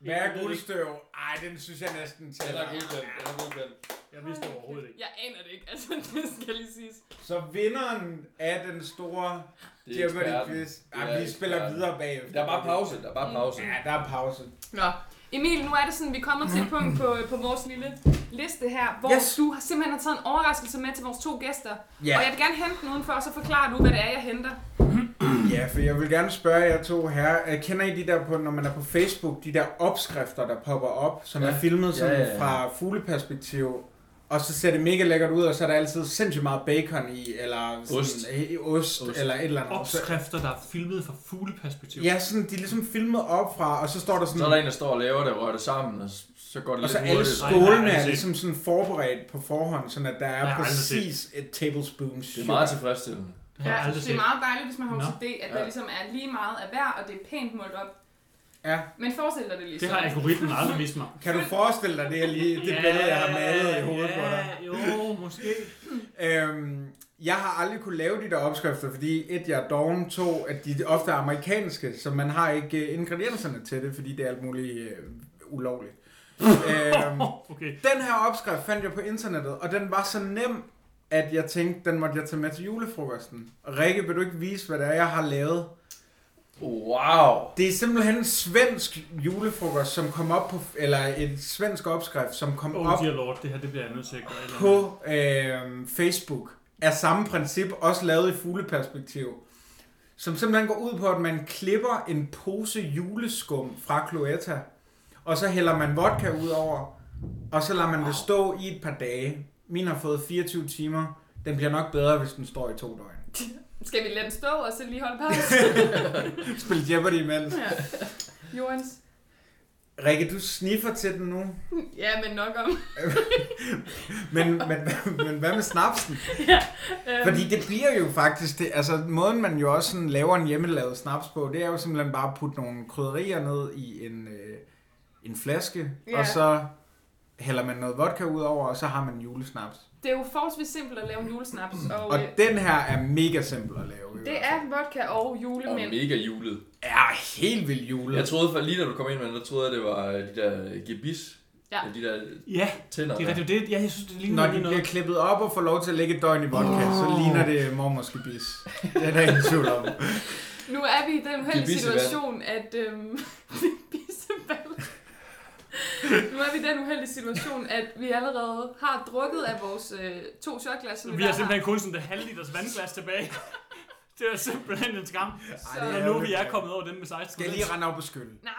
Hvad Jeg ved er det ikke. guldstøv? Ej, den synes jeg næsten Den tæller. er godkendt. Den er godkendt. Jeg vidste det overhovedet ikke. Jeg aner det ikke, altså det skal lige siges. Så vinderen af den store Det er Jeopardy eksperten. quiz. Det er Ej, vi spiller eksperten. videre bagefter. Der er bare pause. Der er bare Mm. pause. Ja, der er pause. Nå, Emil, nu er det sådan, vi kommer til et punkt på, på vores lille liste her, hvor yes. Yes. du har simpelthen har taget en overraskelse med til vores to gæster. Ja. Og jeg vil gerne hente den udenfor, og så forklarer du, hvad det er, jeg henter. Ja, for jeg vil gerne spørge jer to her. øh, Kender I de der, på, når man er på Facebook, de der opskrifter, der popper op, som Ja. ja. er filmet sådan Ja, ja, ja, ja, ja. fra fugleperspektiv? Og så ser det mega lækkert ud, og så er der altid sindssygt meget bacon i, eller sådan, Ost. øh, ost, Ost. ost, eller et eller andet. Så, Opskrifter, der er filmet fra fugleperspektiv. ja, sådan, de er ligesom filmet op fra, og så står der sådan... Så er der en, der står og laver det og rører det sammen, og s- så går det og så lidt alle hurtigt. sk- Nej, skålene nej, er altså ligesom sådan forberedt på forhånd, sådan at der Jeg er har aldrig præcis et tablespoon Det sugar. er meget tilfredsstillende. Det har jeg aldrig altså, det er set. meget dejligt, hvis man har Nå. OCD, at Ja. der ligesom er lige meget af hver, og det er pænt målt op. Ja. Men forestil dig det lige Det så. har algoritmen aldrig vist mig. Kan du forestille dig det, jeg lige, det billede, jeg har malet i hovedet på dig? Ja, jo, måske. Øhm, jeg har aldrig kunne lave de der opskrifter, fordi et, jeg er doven, to, at de ofte er amerikanske, så man har ikke øh, ingredienserne til det, fordi det er alt muligt øh, ulovligt. øhm, Okay. den her opskrift fandt jeg på internettet, og den var så nem, at jeg tænkte, den måtte jeg tage med til julefrokosten. Rikke, vil du ikke vise, hvad det er, jeg har lavet? Wow! Det er simpelthen en svensk julefrokost, som kom op på, eller en svensk opskrift, som kom Oh op dear lord, det her det bliver jeg nødt til at gøre. et eller andet. på øh, Facebook. af samme princip, også lavet i fugleperspektiv, som simpelthen går ud på, at man klipper en pose juleskum fra Cloetta, og så hælder man vodka ud over, og så lader man det stå i et par dage. Min har fået 24 timer. Den bliver nok bedre, hvis den står i to døgn. Skal vi lade den stå, og så lige holde pause? Spil Jeopardy imens. ja. Joens. Rikke, du sniffer til den nu. Ja, men nok om. Men, men, men hvad med snapsen? Øhm, Fordi det bliver jo faktisk, det, altså måden man jo også sådan laver en hjemmelavet snaps på, det er jo simpelthen bare at putte nogle krydderier ned i en, øh, en flaske, Ja. og så hælder man noget vodka ud over, og så har man en julesnaps. Det er jo forholdsvis simpelt at lave en julesnaps, og, Og øh, den her er mega simpel at lave. i det hvert fald. er vodka og Og julemænd. mega julet. Er helt vildt julet. Jeg troede, for, lige da du kom ind med den, der troede jeg, det var øh, de der gebis. Ja. De der Ja, tænder. det er rigtigt. Det, ja, jeg synes, det ligner Når de lige bliver noget. klippet op og får lov til at lægge et døgn i vodka, oh. så ligner det mormors gebis. Det er der ingen tvivl om. Nu er vi i den Gebisse uheldige situation, at... Øhm, Gebissevand. nu er vi i den uheldige situation, at vi allerede har drukket af vores øh, to shotglas, som vi, Vi har hver har. simpelthen kun sådan et halvliters vandglas tilbage. Det er simpelthen en skam. Så, Ej, det Og er- nu vi er kommet over den med 16 Skal jeg lige rende op og skylde? nej, nej.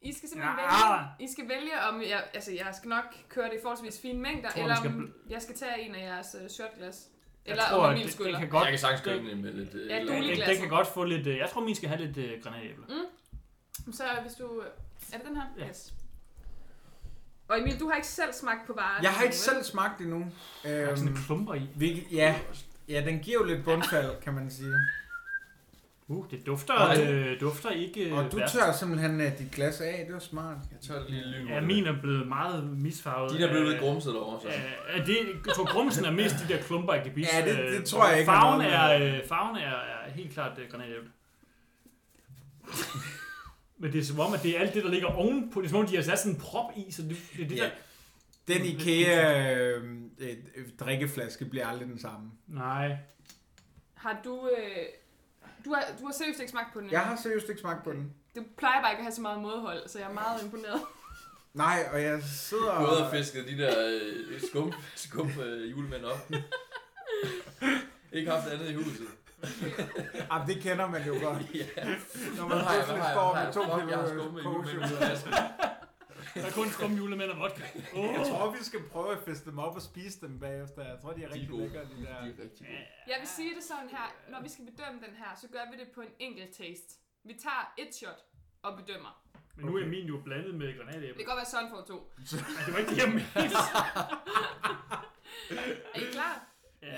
I skal simpelthen Ja. vælge, I skal vælge, om jeg, altså jeg skal nok køre det i forholdsvis fine mængder, Jeg tror, eller den skal om jeg skal tage en af jeres øh, shotglas. Jeg Eller tror, om at Emil det, det skylder. kan Godt. godt, Jeg kan sagtens købe den med lidt... øh, Ja, eller- du er det, lige- det kan godt få lidt... øh, Jeg tror, min skal have lidt øh, granatæbler. Så hvis du... Er det den her? Ja. Yes. Og Emil, du har ikke selv smagt på varen. Jeg har ikke vel? selv smagt det endnu. Der er sådan Øhm, en klumper i. vi, ja, ja, den giver jo lidt bundfald, kan man sige. Uh, det dufter, Nej. øh, dufter ikke øh, Og du værst. tør simpelthen øh, dit glas af, det var smart. Jeg tør det lige lyn. Ja, min er blevet meget misfarvet. De der blev af- lidt grumset over, så. af- af det, jeg tror, grumsen er mest de der klumper i gebis. Ja, det- øh, det tror jeg ikke har Farven er, noget øh, farven er, er helt klart øh, granatæble. Men det er som om, at det er alt det, der ligger ovenpå. Det er som om, de har sat sådan en prop i, så det, det er det Ja. der... Den IKEA øh, øh, drikkeflaske bliver aldrig den samme. Nej. Har du... Øh, du, har, du har seriøst ikke smagt på den. Jeg har seriøst ikke smagt på den. Du plejer bare ikke at have så meget modhold, så jeg er meget imponeret. Nej, og jeg sidder Du havde og... fisket de der øh, skum, skum øh, julemænd op. Ikke haft andet i huset. Ah, det kender man jo godt. Ja. Når Hvad man har jeg, pludselig hvad har står med jeg, hvad to øh, har jeg, Fuck, jeg har skummet kilo i kogekød. julemænd. Der er kun skum julemænd og vodka. Jeg Oh. tror, vi skal prøve at feste dem op og spise dem bagefter. Jeg tror, de er rigtig gode. lækre, de der. De er rigtig gode. Jeg vil sige det sådan her. Når vi skal bedømme den her, så gør vi det på en enkelt taste. Vi tager et shot og bedømmer. Men nu er min jo blandet med granatæble. Det kan godt være sådan for to. Ej, det var ikke det, jeg mente. Er I klar?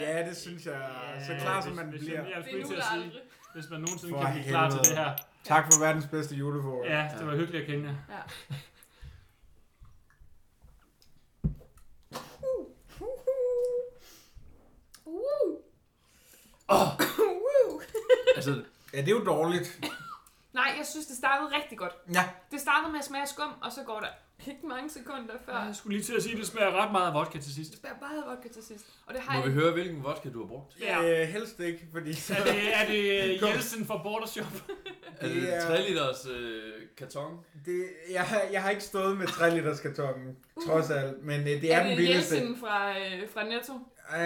Ja, det synes jeg. Så klar, som man hvis, bliver. Hvis, jeg, Det jeg er skulle nu til eller at sige, aldrig. hvis man nogensinde For kan blive klar til helvede. det her. Tak for verdens bedste julefrokost. Ja, det var hyggeligt at kende jer. Uh. Uh. Altså, Ja, det er jo dårligt. Nej, jeg synes, det startede rigtig godt. Ja, Det startede med at smage af skum, og så går der ikke mange sekunder før. Jeg skulle lige til at sige, at det smager ret meget af vodka til sidst. Jeg bare havde vodka til sidst. Og det har må jeg vi høre, hvilken vodka du har brugt? Ja. øh, helst ikke, fordi... Er det, er det Jelsen fra Bordershop? Er det Det er- 3 liters øh, karton? Det, jeg, har- jeg har ikke stået med 3 liters kartongen, uh. trods alt, men øh, det er, er den det billigste. Jensen fra, øh, fra Netto? Øh,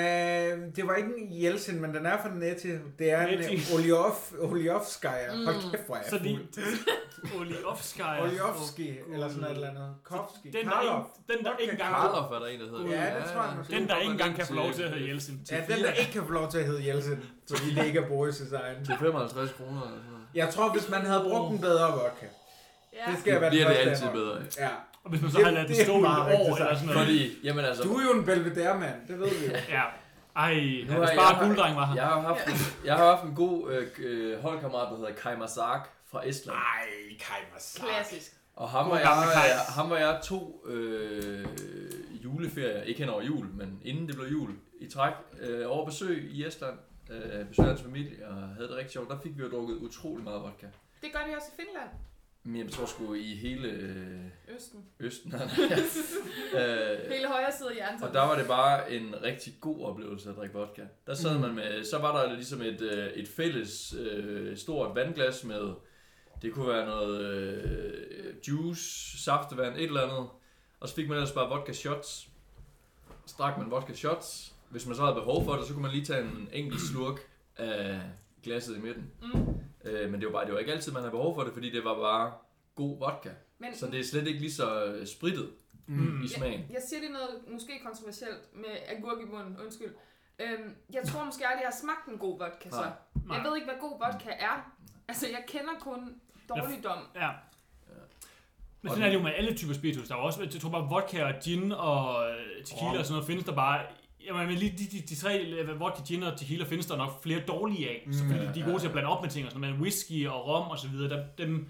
det var ikke en Jelsin, men den er fra Netto. Det er en Netto. øh, Oliof, Oliofskaya. Mm. Hold kæft, hvor er Så jeg de... fuld. Oliovskaya. Oliofski, eller sådan et eller andet. Kofski. Den, der Karloff. ikke, den, der ikke engang, Karloff er der en, der hedder. Ja, det tror jeg måske. den, der ikke engang kan få lov til at hedde Jelsen. Ja, den, der ikke kan få lov til at hedde Jelsin, fordi det ikke er Boris' egen. Til 55 kroner eller sådan noget. Jeg tror, hvis man havde brugt en bedre vodka, Ja. det skal jeg være Bliver det første altid af. bedre af. Ja. Og hvis man så Det- har ladet den det er stå i et meget år rigtigt eller sagt. sådan noget. Fordi, jamen altså, Du er jo en belvedere-mand, det ved vi jo. Ja. Ej, Nu hvis har bare jeg- gulddreng var her. jeg har haft en, jeg har haft en god øh, øh, holdkammerat, der hedder Kai Masak fra Estland. Ej, Kajmer Klassisk. Og ham God og, gamle jeg, Kai. øh, ham og jeg tog øh, juleferier, ikke hen over jul, men inden det blev jul, i træk øh, over besøg i Estland. Øh, besøg hans familie og havde det rigtig sjovt. Der fik vi jo drukket utrolig meget vodka. Det gør de også i Finland. Men jeg tror sgu i hele øh, Østen. Østen. øh, Hele højre side af hjernen. Og der var det bare en rigtig god oplevelse at drikke vodka. Der sad man med, så var der ligesom et, øh, et fælles øh, stort vandglas med, det kunne være noget øh, juice, saftevand, et eller andet. Og så fik man ellers bare vodka shots. Så drak man vodka shots, hvis man så havde behov for det, så kunne man lige tage en enkelt slurk af glasset i midten. Mm. Øh, men det var bare, det var ikke altid, man havde behov for det, fordi det var bare god vodka. Men Så det er slet ikke lige så øh, spritet Mm. i smagen. Jeg siger lige noget måske kontroversielt med agurk i munden, undskyld. Øhm, jeg tror måske aldrig, jeg har smagt en god vodka så. Nej. Nej. Jeg ved ikke, hvad god vodka er. Altså, jeg kender kun dårligdom. Ja. Men Og sådan er det jo med alle typer spiritus. Der er jo også, jeg tror bare, vodka og gin og øh, tequila Rom. og sådan noget, findes der bare... Jamen, men lige de, de, de tre, øh, vodka, gin og tequila, findes der nok flere dårlige af. Mm, selvfølgelig, de er gode til at blande op med ting og sådan noget, men whisky og rom og så videre, der, dem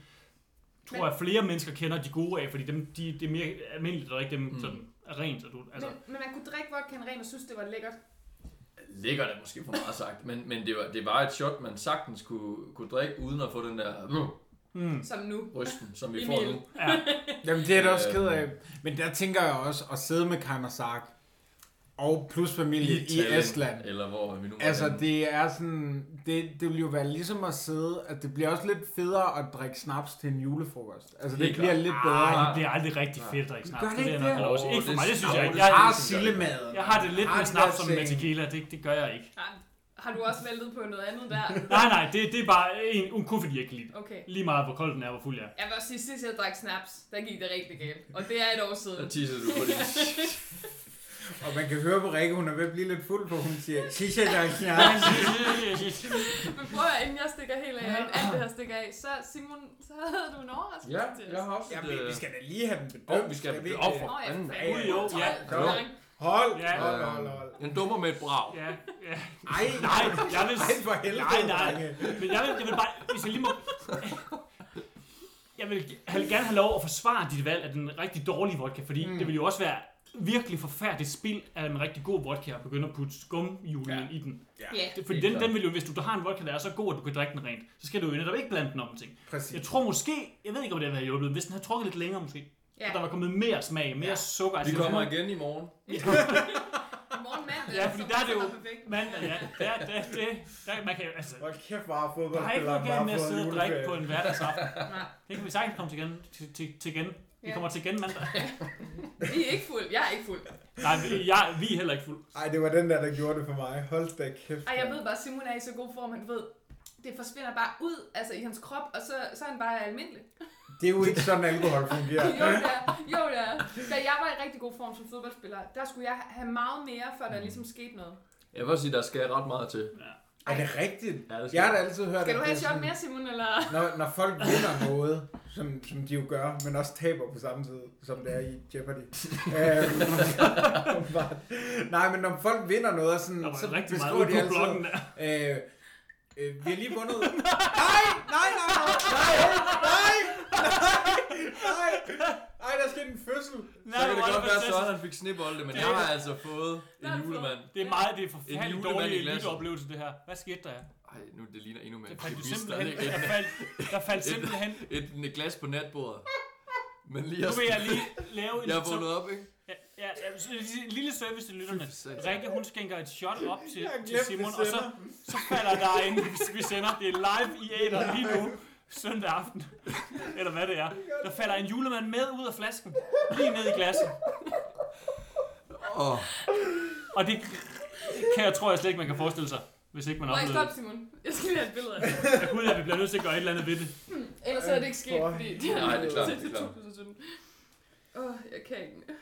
tror Men- jeg flere mennesker kender de gode af, fordi dem, de, det er mere almindeligt at drikke dem mm. sådan rent. Og du, altså, Altså. Men, men man kunne drikke vodkaen ren og synes, det var lækkert. Lækkert er måske for meget sagt, men, men det, var, det var et shot, man sagtens kunne, kunne drikke, uden at få den der mm, mm, Som nu. rysten, som vi Emil. får nu. ja, Jamen, det er jeg da også ked Øh, af. Men der tænker jeg også at sidde med Karnasak og plus familie i, i Tallinn, Estland. Eller hvor vi nu måtte Altså, hen. det er sådan... Det, det vil jo være ligesom at sidde... At det bliver også lidt federe at drikke snaps til en julefrokost. Altså, det Helt bliver lidt bedre. Ej, det bliver aldrig rigtig fedt at drikke snaps. Gør det vil jeg ikke nok det? lov at sige. Åh, Ikke for det mig, det synes jeg snaps, ikke. det Jeg, Ah, synes jeg ikke. sillemad. jeg har det lidt Ah, med snaps som med ting. tequila, det, det gør jeg ikke. Har, har du også væltet på noget andet der? Nej, nej, det, det er bare en, kun fordi jeg ikke kan lide det. Okay. Lige meget, hvor kold den er, hvor fuld jeg er. Jeg vil også sige, sidst jeg drak snaps, der gik det rigtig galt. Og det er et år Der siden. tissede du på din... Og man kan høre på Rikke, hun er ved at blive lidt fuld, for hun siger, Shisha, der er snaps. Men prøv at inden jeg stikker helt af, inden alt det her stikker af, så Simon, så havde du en overraskelse til os. har også øh, Jamen, vi skal da lige have den bedømt. Åh, vi skal have den ikke? op for Nå, ja, fanden. for Jo, fanden. jo, ja. Tolv Jo. gange. Hold, Ja. hold, hold, hold. En dummer med et brag. Ja, Ej, ja. Nej, jeg vil... Ej, for helvede, Nej, nej. drenge. Men jeg vil, jeg vil bare... Hvis jeg lige må... Jeg vil ge- have- gerne have lov at forsvare dit valg af den rigtig dårlige vodka, fordi mm. det vil jo også være virkelig forfærdeligt spild af en rigtig god vodka at begynde at putte skumhjulen ja. i den. Ja. Det- Fordi Helt den, klart. den vil jo, hvis du der har en vodka, der er så god, at du kan drikke den rent, så skal du jo netop ikke blande den om med ting. Præcis. Jeg tror måske, jeg ved ikke, om det havde været hjulpet, hvis den havde trukket lidt længere måske. Ja. Ja. Og der var kommet mere smag, mere ja. sukker. Vi Altså, kommer igen i morgen. Morgen mandag. Ja, fordi så der er det jo passer perfekt. mandag, ja. Der, der, der, der, man kan, jo- altså, Hvor kæft, bare der er ikke noget fodboldspilleren galt bare med at fået sidde og drikke på en en hverdagsaften. Nej. Det kan vi sagtens komme til igen. Til, til, til igen. Vi Ja. kommer til igen mandag. Vi er ikke fuld. Jeg er ikke fuld. Nej, vi, jeg, vi er heller ikke fuld. julefest. Ej, det var den der, der gjorde det for mig. Hold da kæft. Ej, jeg ved bare, Simon er i så god form, han ved. Det forsvinder bare ud altså, i hans krop, og så, så er han bare almindelig. Det er jo ikke sådan, alkohol fungerer. Jo, det er. Jo, det er. Da jeg var i rigtig god form som fodboldspiller, der skulle jeg have meget mere, før der ligesom skete noget. Jeg vil også sige, der skal ret meget til. Er det rigtigt? Ja, det skal. Jeg har da altid hørt, Skal at du det have er et shot sådan, mere, Simon, eller? når, når folk vinder noget, som, som de jo gør, men også taber på samme tid, som det er i Jeopardy. øhm, åbenbart. Nej, men når folk vinder noget, og sådan, Der var så rigtig beskriver meget de ude på altid, bloggen der. Øh, øh, vi har lige vundet. nej, nej, nej, nej, nej, nej, nej, nej, nej, der skete en fødsel. Så kan det hvor er godt være, at fantastisk. Søren han fik snibolde, men jeg har altså fået en har du julemand. Det er meget, det er En forfærdeligt julemand i dårlig glasset. lytteoplevelse, det her. Hvad skete der? Ej, nu det ligner endnu mere. Der faldt, du kebist, der simpelthen, ligger der faldt, der faldt simpelthen... Et, et, et glas på natbordet. Men lige Nu også, vil jeg lige lave en... jeg er så- vågnet op, ikke? Ja, ja, ja, så vil jeg sige, en lille service til lytterne. Fy satan. Rikke, hun skænker et shot op til, Jeg har til glemt, vi Simon, og så, så falder der en, vi sender. Det er live i æder lige nu, søndag aften, eller hvad det er. Der falder en julemand med ud af flasken, lige ned i glasset. Åh, Og det, det kan jeg, tror jeg slet ikke, man kan forestille sig, hvis ikke man Nej, oplevede stop, det. Simon. Jeg skal lige have et billede af det. Jeg kunne, at vi bliver nødt til at gøre et eller andet ved det. Ellers er det ikke sket, fordi det er Nej, det er klart, det er til klart. 2017. Åh, oh, jeg kan ikke. mere.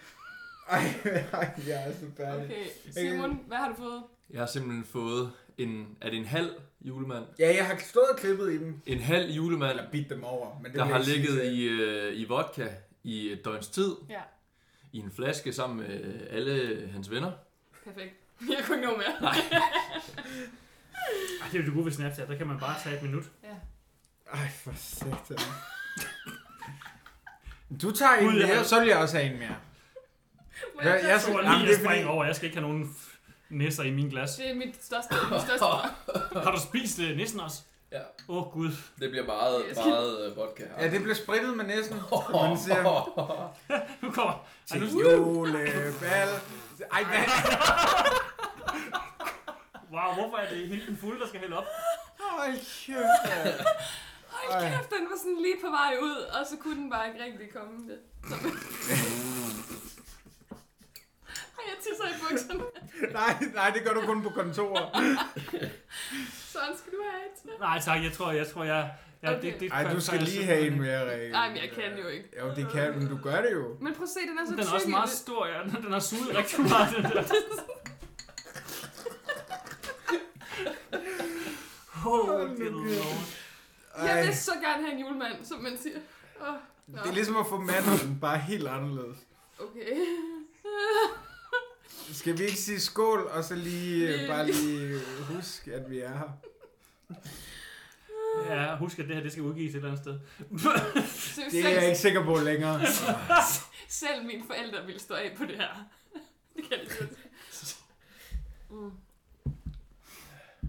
Ej, ej, jeg er så færdig. Okay, Simon, hvad har du fået? jeg har simpelthen fået en... Er det en halv julemand? Ja, jeg har stået og klippet i dem. En halv julemand, Eller bidt dem over. Men det der vil har jeg ikke sige ligget til- i, øh, i vodka i et døgns tid, Ja, i en flaske sammen med øh, alle hans venner. perfekt. Jeg kunne ikke nå mere. Ej, det er jo det gode ved Snapchat, der kan man bare tage et minut. Ej, for satan. Du tager en Gud, jeg mere, har- så vil jeg også have en mere. Må Hvad- jeg tage- så- Så Jamen, lige det jeg er springer fordi- over, jeg skal ikke have nogen f- nisser i min glas. Det er mit største, mit største Har du spist øh, nissen også? Ja. Åh oh, gud. Det bliver meget, Yes. meget øh, vodka. Ja, det bliver spritet med næsen. som Man siger, Nu kommer... Ej, til nu, julebal. Ej, hvad? Wow, hvorfor er det hele den fulde, der skal hælde op? Hold kæft. mand. Hold kæft, den var sådan lige på vej ud, og så kunne den bare ikke rigtig komme det. Så... Ej, jeg tisser i bukserne. nej, nej, det gør du kun på kontoret. Sådan skal du have et. Nej, tak. Jeg tror, jeg... Tror, jeg, jeg Okay. det, det, Nej, du så er skal jeg lige simpelthen have en ikke. mere regel. Nej, men jeg kan jo ikke. Jo, det kan, men du gør det jo. Men prøv at se, den er så Den er også tyk i meget det. stor, ja. Den har suget rigtig meget, den der. Oh, det er lort. Jeg Ej, vil så gerne have en julemand, som man siger. Åh, nå, det er ligesom at få mandlen, bare helt anderledes. okay. Skal vi ikke sige skål, og så lige, Lige- bare lige huske, at vi er her? Ja, husk, at det her det skal udgives et eller andet sted. Så Det er selv, jeg ikke sikker på længere. selv mine forældre ville stå af på det her. Det kan jeg ikke.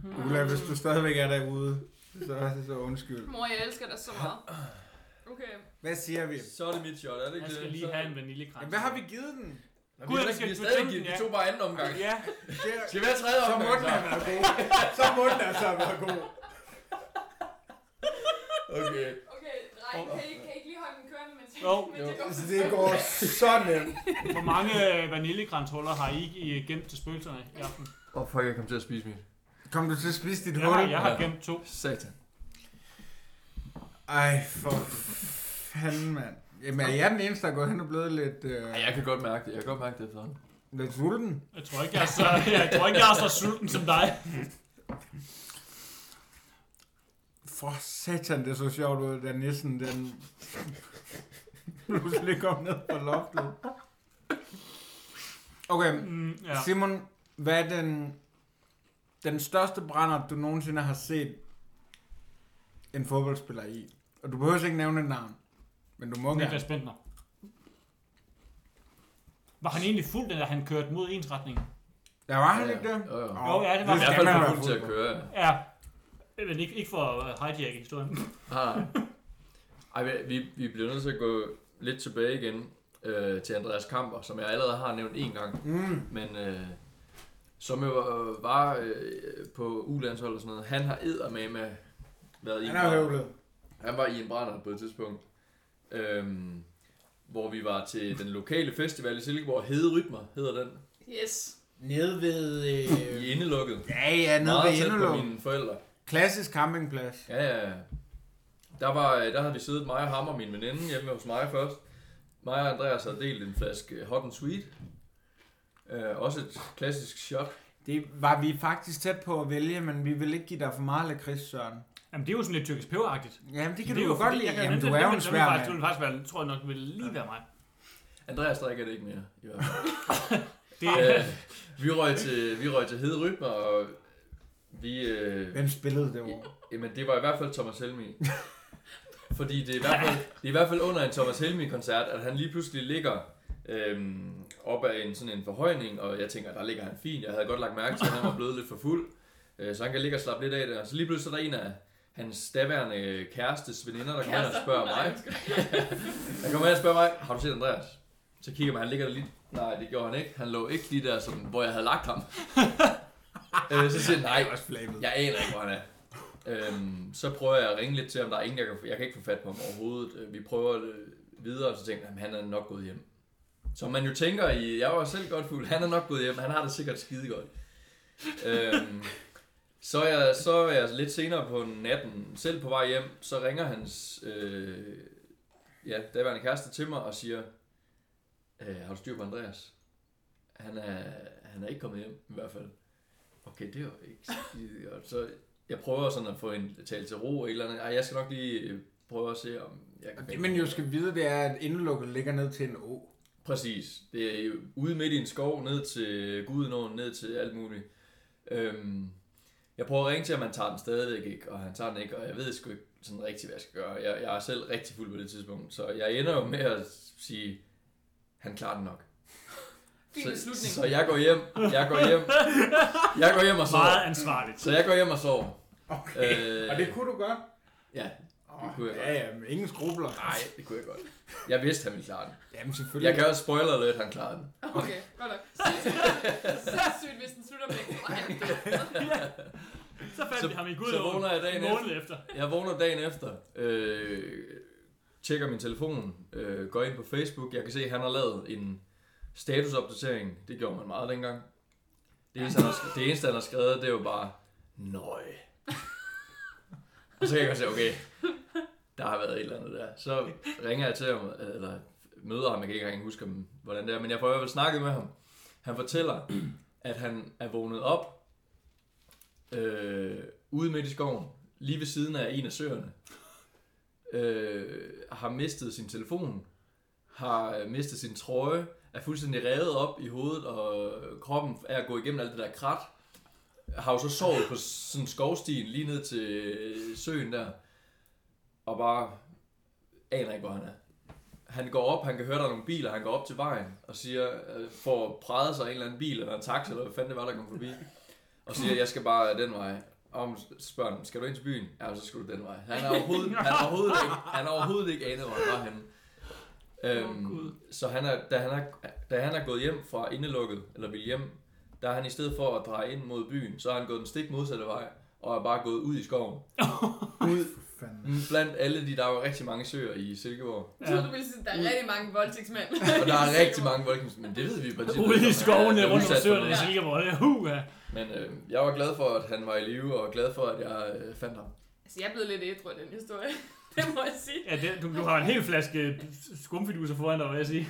Mm. Ulla, hvis du stadigvæk er derude, så, så undskyld. Mor, jeg elsker dig så meget. Okay. Hvad siger vi? Så er det mit shot, er det ikke Jeg det? skal lige Så- have en vaniljekrans. Jamen, hvad har vi givet den? Nå, Gud, vi, jeg har skal- vi har du stadig tømte givet den, de ja. to bare anden omgang. Ja, Det er, Skal vi have tredje så omgang? må den have været god. Så må den altså have været god. Okay. Okay, dreng, kan I, kan I ikke lige holde den kørende, mens Jo. mens jeg Altså, det går så nemt. hvor mange vaniljekranshuller har I I gemt til spøgelserne i aften? Åh, oh, fuck, jeg kom til at spise mit. Kom du til at spise dit Jeg hul? har, jeg har gemt to. Satan. Ej, for fanden, mand. Jamen, jeg er den eneste, der er gået hen og blevet lidt, øh, Ej, jeg kan godt mærke det. Jeg kan godt mærke det efterhånden. lidt sulten. Jeg tror ikke, jeg er så, jeg tror ikke, jeg er så sulten som dig. For oh, satan, det så sjovt ud, da nissen den pludselig kom ned på loftet. Okay, Mm, ja. ja. Simon, hvad er den, den største brænder, du nogensinde har set en fodboldspiller i? Og du behøver ikke nævne et navn, men du må Okay. gerne. Niklas Bentner. Var han egentlig fuld, da han kørte mod ens retning? Ja, var han Ja, ikke det? jo, jo. Åh, Jo, ja, det var han. I hvert skal fald man for være fuld til at fuld på. køre. ja. Ja. Men ikke, ikke for at hijacke historien. Ah. Ej, vi- vi, vi bliver nødt til at gå lidt tilbage igen øh, til Andreas Kamper, som jeg allerede har nævnt en gang. Mm. Men øh, som jo øh, var øh, på U-landshold og sådan noget, han har eddermame været i Han er en brænder. høvlet. Han var i en brænder på et tidspunkt, øhm, hvor vi var til den lokale festival i Silkeborg, Hede Rytmer hedder den, Yes. Nede ved... Øh... i indelukket. Ja, ja, nede Meget ved tæt på Indelum. mine forældre. Klassisk campingplads. Ja, ja, ja. Der, var, øh, der havde vi siddet, mig og ham og min veninde, hjemme hos mig først. Mig og Andreas havde delt en flaske øh, hot and sweet. Øh, også et klassisk shot. Det var vi faktisk tæt på at vælge, men vi vil ikke give dig for meget lakrids, Søren. Jamen, det er jo sådan lidt tyrkisk peberagtigt. Jamen, det kan er du jo godt fordi, lide. jeg kan Jamen, nemlig- du er jo nemlig- en nemlig svær faktisk- Du mand. vil faktisk være, tror jeg nok, vil lige være mig. Andreas drikker det ikke mere. I hvert fald. Det, øh, vi røg til, vi røg til Hede Rytmer, og vi... Øh, Hvem spillede det over? jamen, det var i hvert fald Thomas Helmi. Fordi det er, i hvert fald, det er i hvert fald under en Thomas Helmi-koncert, at han lige pludselig ligger øhm, op ad en, sådan en forhøjning, og jeg tænker, der ligger han fint. Jeg havde godt lagt mærke til, at han var blevet lidt for fuld, øh, så han kan ligge og slappe lidt af der. Så lige pludselig så er der en af hans daværende kærestes veninder, der kommer hen og spørger mig. Han kommer hen og spørger mig, har du set Andreas? Så kigger man, han ligger der lige. Nej, det gjorde han ikke. Han lå ikke lige der, som, hvor jeg havde lagt ham. øh, så siger jeg, nej, Også flamet. jeg aner ikke, hvor han er. Øhm, så prøver jeg at ringe lidt til ham. Der er ingen, jeg kan, jeg kan ikke få fat på ham overhovedet. Øh, Vi prøver det videre, og så tænker jeg, at han er nok gået hjem. Som man jo tænker i, jeg var selv godt fuld, han er nok gået hjem, han har det sikkert skide godt. øhm, så, er jeg, så er jeg lidt senere på natten, selv på vej hjem, så ringer hans øh, ja, daværende kæreste til mig og siger, øh, har du styr på Andreas? Han er, han er ikke kommet hjem, i hvert fald. Okay, det var ikke skide godt. Så jeg prøver sådan at få en tale til ro, eller andet. Ej, jeg skal nok lige øh, prøve at se, om jeg kan... Og det, man jo skal vide, det er, at indelukket ligger ned til en å. Præcis. Det er jo ude midt i en skov, ned til Gudenåen, ned til alt muligt. Øhm, jeg prøver at ringe til, at man tager den stadigvæk ikke, og han tager den ikke, og jeg ved sgu ikke sådan rigtig, hvad jeg skal gøre. Jeg, jeg er selv rigtig fuld på det tidspunkt, så jeg ender jo med at sige, han klarer den nok. Fin Så, beslutning. så jeg går hjem, jeg går hjem, jeg går hjem og meget sover. ansvarligt. Så jeg går hjem og sover. Okay. Øh, Og det kunne du godt? Ja, det kunne jeg Ja, ja, men ingen skrubler. nej, det kunne jeg godt. Jeg vidste, han ville klare den. Jamen, Jeg selvfølgelig. kan jo spoiler alert, han klarede den. Okay, godt nok. Sindssygt- Sindssygt, hvis den slutter med, "Åh, han er død." Så fandt Så- vi ham i så Gudenåen vågner jeg dagen måned efter. Jeg vågner dagen efter, øh, tjekker min telefon, øh, går ind på Facebook. Jeg kan se, at han har lavet en statusopdatering. Det gjorde man meget dengang. Det eneste, han har, sk- det eneste, han har skrevet, det er jo bare, nøj. og så kan jeg godt se, okay, der har været et eller andet der. Så ringer jeg til ham, eller møder ham, jeg kan ikke engang huske, om- hvordan det er, men jeg får i hvert fald snakket med ham. Han fortæller, at han er vågnet op øh, ude midt i skoven, lige ved siden af en af søerne. Øh, har mistet sin telefon, har øh, mistet sin trøje, er fuldstændig revet op i hovedet og kroppen af at gå igennem alt det der krat. Har jo så sovet på sådan skovstien lige ned til øh, søen der, og bare aner ikke, hvor han er. Han går op, han kan høre, der er nogle biler, han går op til vejen og siger, øh, får præget sig af en eller anden bil eller en taxa, eller hvad fanden det var, der kom forbi. Og siger, jeg skal bare den vej. Om spørger han, skal du ind til byen? Ja, så skal du den vej. Han er overhovedet, han er overhovedet ikke, han er overhovedet ikke anet, hvor han var henne. Øhm, Gud. så han er, da, han er, da han er gået hjem fra indelukket, eller vil hjem, der er han i stedet for at dreje ind mod byen, så er han gået den stik modsatte vej, og er bare gået ud i skoven. ud Fanden. Mm, Blandt alle de, der er jo rigtig mange søer i Silkeborg. Ja. Jeg troede, du ville sige, der er rigtig mange voldtægtsmænd. Og der er rigtig mange voldgifts, men det ved vi i princippet. Ude i ikke, om han skovene er rundt om udsat for søerne i noget. Silkeborg. Det er huha. Men øh, jeg var glad for, at han var i live, og glad for, at jeg øh, fandt ham. Altså, jeg er blevet lidt ædru af den historie. det må jeg sige. Ja, det, du, du, har en hel flaske øh, skumfiduser foran dig, vil jeg sige.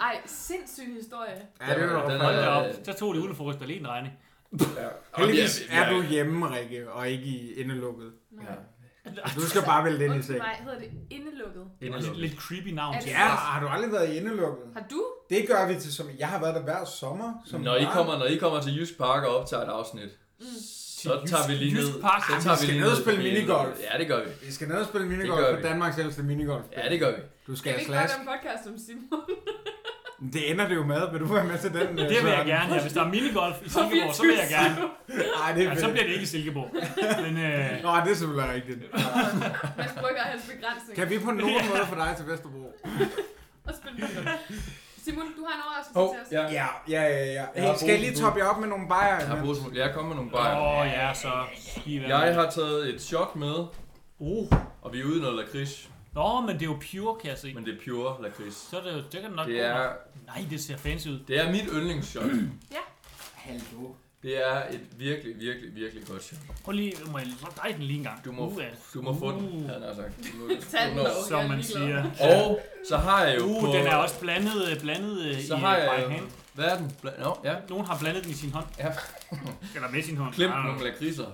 Ej, sindssyg historie. Ja, det var Den Hold da er- op. Så tog det julefrokost alene regning. Ja. Heldigvis Ja, ja, er ja. du hjemme, Rikke, og ikke i indelukket. Ja. Du skal bare vælge den i Undskyld seng. mig, hedder det indelukket? Det er Indelukket. også et lidt creepy navn. Er til. det- Ja, har du aldrig været i indelukket? Har du? Det gør vi til som... Jeg har været der hver sommer. Som Mm. Når I, barn. kommer, når I kommer til Jysk Park og optager et afsnit, så Til tager vi Jysk- lige ned. Jysk Park? så Ej, vi tager skal lige ned og til spille Pæne. minigolf. Ja, det gør vi. Vi skal ned og spille Det gør minigolf vi. på Danmarks ældste minigolf. Ja, det gør vi. Du Kan vi skal have ikke lave slask. en podcast om Simon? Det ender det jo med. Vil du være med til den? Det vil jeg gerne, ja. Hvis der er minigolf i Silkeborg, så vil jeg gerne. Nej, det er Ja, så fedt. bliver det ikke i Silkeborg. Men øh, Nå, det er selvfølgelig rigtigt. Mads Brygger og hans begrænsning. Kan vi på nogen måde få dig til Vesterbro? Og spille minigolf. Simon, du har en overraskelse Åh, til os. ja. Ja, ja, ja. ja. Jeg har Hey, skal jeg brug- lige toppe jer op med nogle bajer? Jeg har brug for, jeg er kommet med nogle bajer. åh ja, så I hvad? Jeg har taget et shot med, Oh. og vi er ude i noget lakrids, Nå, men det er jo pure, kan jeg se. men det er pure lakrids. Så er det, jo- det kan det nok Det gå er, nok. Nej, det ser fancy ud. det er mit yndlingsshot. Hallo. Det er et virkelig, virkelig, virkelig godt shot. Prøv lige, må jeg dreje den lige en gang? Du må, Uh, ja. du må få den, Uh. havde jeg sagt. Du må- Tag den du når. dog. Som Jeg er man ligeglad. siger. Og så har jeg jo Uh, på... den er også blandet, øh, blandet øh, Så i har øh, jeg by jo- hand. Hvad er den? Bla- Nå, ja. Nogen har blandet den i sin hånd. Ja. Eller med sin hånd. Klemt Ah, nogle lakridser.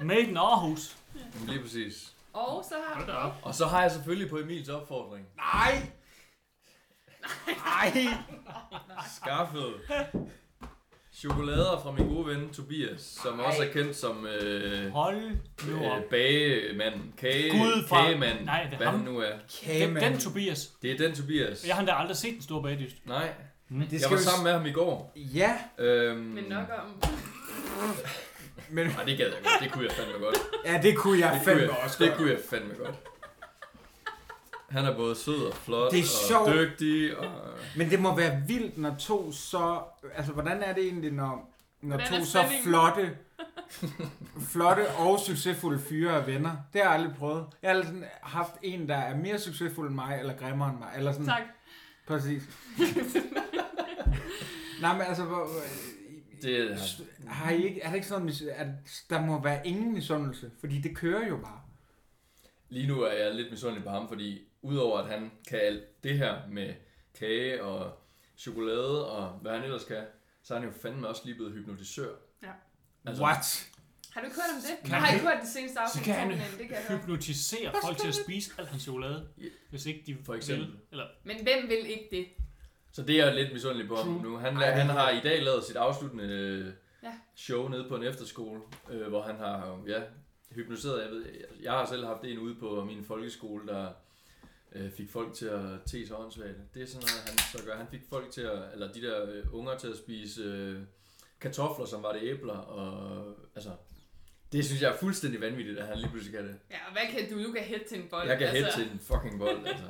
Made in Aarhus. Jamen, Lige præcis. Og så har Hold du da op. Og så har jeg selvfølgelig på Emils opfordring Nej! Nej! skaffet chokolader fra min gode ven Tobias, som også er kendt som øh, Hold nu op. øh, bagemanden, kage, Gud fra- kagemanden, Nej, det er hvad ham. han nu er. Den, Kageman. den Tobias. Det er den Tobias. Jeg har da aldrig set den store bagdyst. Nej, Det jeg skal var jo... sammen med ham i går. Ja, Øhm, Men nok om. men... Nej, det gad jeg godt. Det kunne jeg fandme godt. Ja, det kunne jeg Det kunne fandme jeg, også det godt. kunne jeg fandme godt. Han er både sød og flot Det er sjovt. og dygtig. Og... Men det må være vildt, når to så... Altså, hvordan er det egentlig, når, når Hvordan er to så spændingen? flotte, flotte og succesfulde fyre er venner? Det har jeg aldrig prøvet. Jeg har aldrig sådan haft en, der er mere succesfuld end mig, eller grimmere end mig. Eller Mm. sådan. Tak. Præcis. Nej, men altså... Hvor, Det er, har I ikke, er der ikke sådan noget, mis- at der må være ingen misundelse? Fordi det kører jo bare. lige nu er jeg lidt misundelig på ham, fordi udover at han kan alt det her med kage og chokolade og hvad han ellers kan, så er han jo fandme også lige blevet hypnotisør. Ja. Altså, What? Har du ikke hørt om det? Kan Jeg har han- ikke hørt det seneste afsnit. Så kan han- men Det kan jeg høre. hypnotisere folk til at spise al hans chokolade, Ja. hvis ikke de For eksempel. Vil, eller, Men hvem vil ikke det? Så det er jeg lidt misundelig på ham nu. Han, Ej, han det- har i dag lavet sit afsluttende øh, Ja. show nede på en efterskole, øh, hvor han har ja, hypnotiseret. Jeg, ved, jeg- jeg har selv haft en ude på min folkeskole, der øh, fik folk til at te sig åndssvagt. Det er sådan noget, han så gør. Han fik folk til at, eller de der øh, unger til at spise øh, kartofler, som var det æbler. Og, altså, det synes jeg er fuldstændig vanvittigt, at han lige pludselig kan det. Ja, og hvad kan du? Du kan hætte til en bold. Jeg kan altså. hætte til en fucking bold. Altså.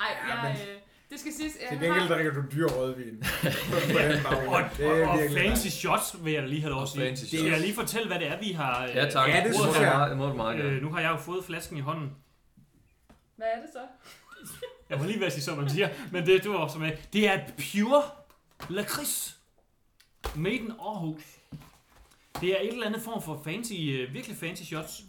Ej, Ja, jeg, men- øh, det skal siges. Jeg Til har... gengæld drikker du dyr rødvin. På den baggrund. og, Det og, er og virkelig fancy shots vil jeg lige have lov at sige. Fancy Skal jeg shots. lige fortælle, hvad det er, vi har... øh, Ja tak. Ja, det må synes du jeg. meget- det må du meget gerne. Øh, nu har jeg jo fået flasken i hånden. Hvad er det så? Jeg var lige ved at sige, som man siger, men det, det var også med. Det er pure lakrids. Maiden Aarhus. Det er et eller andet form for fancy, øh, virkelig fancy shots.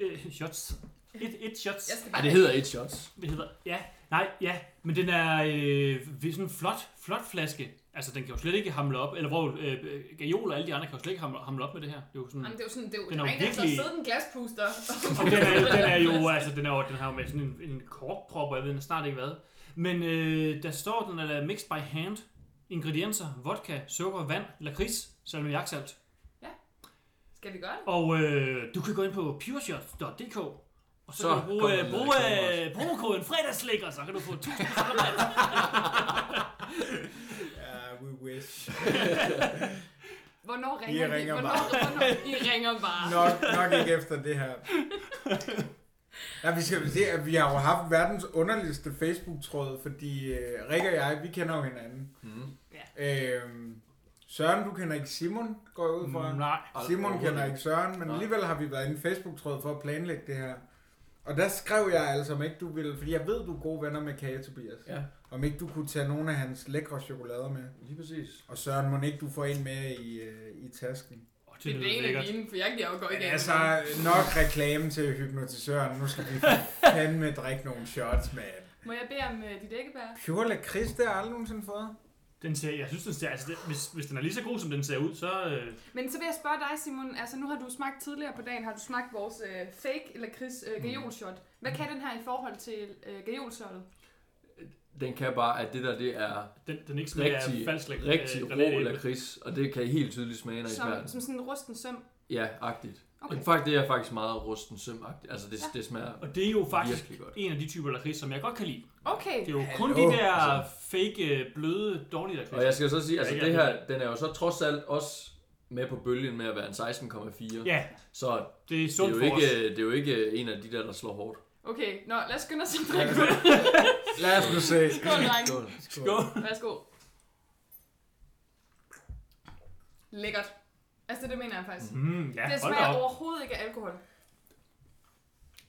Øh, shots. Et, et shots. Jeg skal Ej, det hedder et shots. Hvad hedder Ja, nej, ja. Men den er øh, ved sådan en flot, flot flaske. Altså, den kan jo slet ikke hamle op. Eller hvor øh, Gajol og alle de andre kan jo slet ikke hamle, hamle op med det her. Det er jo sådan... Jamen, det er jo sådan, det er jo, Den den er er jo der virkelig... virkelig- har siddet en glaspuster. Og den er, jo- den er jo, altså, den er jo, den har jo med sådan en, en korkprop, og jeg ved snart ikke hvad. Men øh, der står, den er lavet mixed by hand. Ingredienser, vodka, sukker, vand, lakrids, salmiaksalt. skal vi gøre det? Og øh, du kan gå ind på pureshot.dk og så, Så så kan du kommer bruge, øh, der lidt bruge reklame øh, promokoden fredagslækker, så kan du få 1000 rabat. Ja, we wish. Hvornår I ringer vi? ringer Hvornår, bare. hvornår, I ringer bare. Nok, nok ikke efter det her. Ja, vi skal se, at vi har jo haft verdens underligste Facebook-tråd, fordi øh, Rikke og jeg, vi kender jo hinanden. Mm. Øhm, Søren, du kender ikke Simon, går jeg ud fra. Nej. Simon kender ikke Søren, men Nej. alligevel har vi været inde i Facebook-tråd for at planlægge det her. Og der skrev jeg altså, om ikke du ville, fordi jeg ved, du er gode venner med Kage Tobias, Ja, om ikke du kunne tage nogle af hans lækre chokolader med. lige præcis. Og Søren, må ikke du får en med i, øh, i tasken? Oh, Det er det ene af mine, for jeg kan jo gå Men igen. altså, nok reklame til hypnotisøren. Nu skal vi fandme drikke nogle shots, mand. Må jeg bede om øh, dit æggebær? Pure lakrids, det har jeg aldrig nogensinde fået. Den ser, jeg synes, den ser, altså, det, hvis, hvis den er lige så god, som den ser ud, så... Øh, Men så vil jeg spørge dig, Simon. Altså, nu har du smagt tidligere på dagen, har du smagt vores øh, fake eller Chris øh, gajolshot. Hvad kan den her i forhold til øh, gajolshottet? Den kan bare, at det der, det er den, den er ikke smager af rigtig, falsk lækker. rigtig øh, rå granatæble. lakrids, og det kan I helt tydeligt smage, når I smager Som, den. som sådan en rusten søm. Ja, agtigt. Okay. Okay. Faktisk, det er faktisk meget rusten sømagtigt. Altså, det, det smager Og det er jo faktisk virkelig godt. en af de typer lakrids, som jeg godt kan lide. Okay. Det er jo kun Hallo. de der fake, øh, bløde, dårlige lakrids. Altså- Og jeg skal så sige, altså Ja, ja. det her, den er jo så trods alt også med på bølgen med at være en 16,4. Ja, Så det er det er, sundt jo for os. ikke, det er jo ikke en af de der, der slår hårdt. Okay, nå, lad os skynde os at drikke. Lad os nu se. Skål, dreng. Skål. Skål. Værsgo. Lækkert. Altså, det mener jeg faktisk. Mm, Det ja, hold da smager op. overhovedet ikke af alkohol.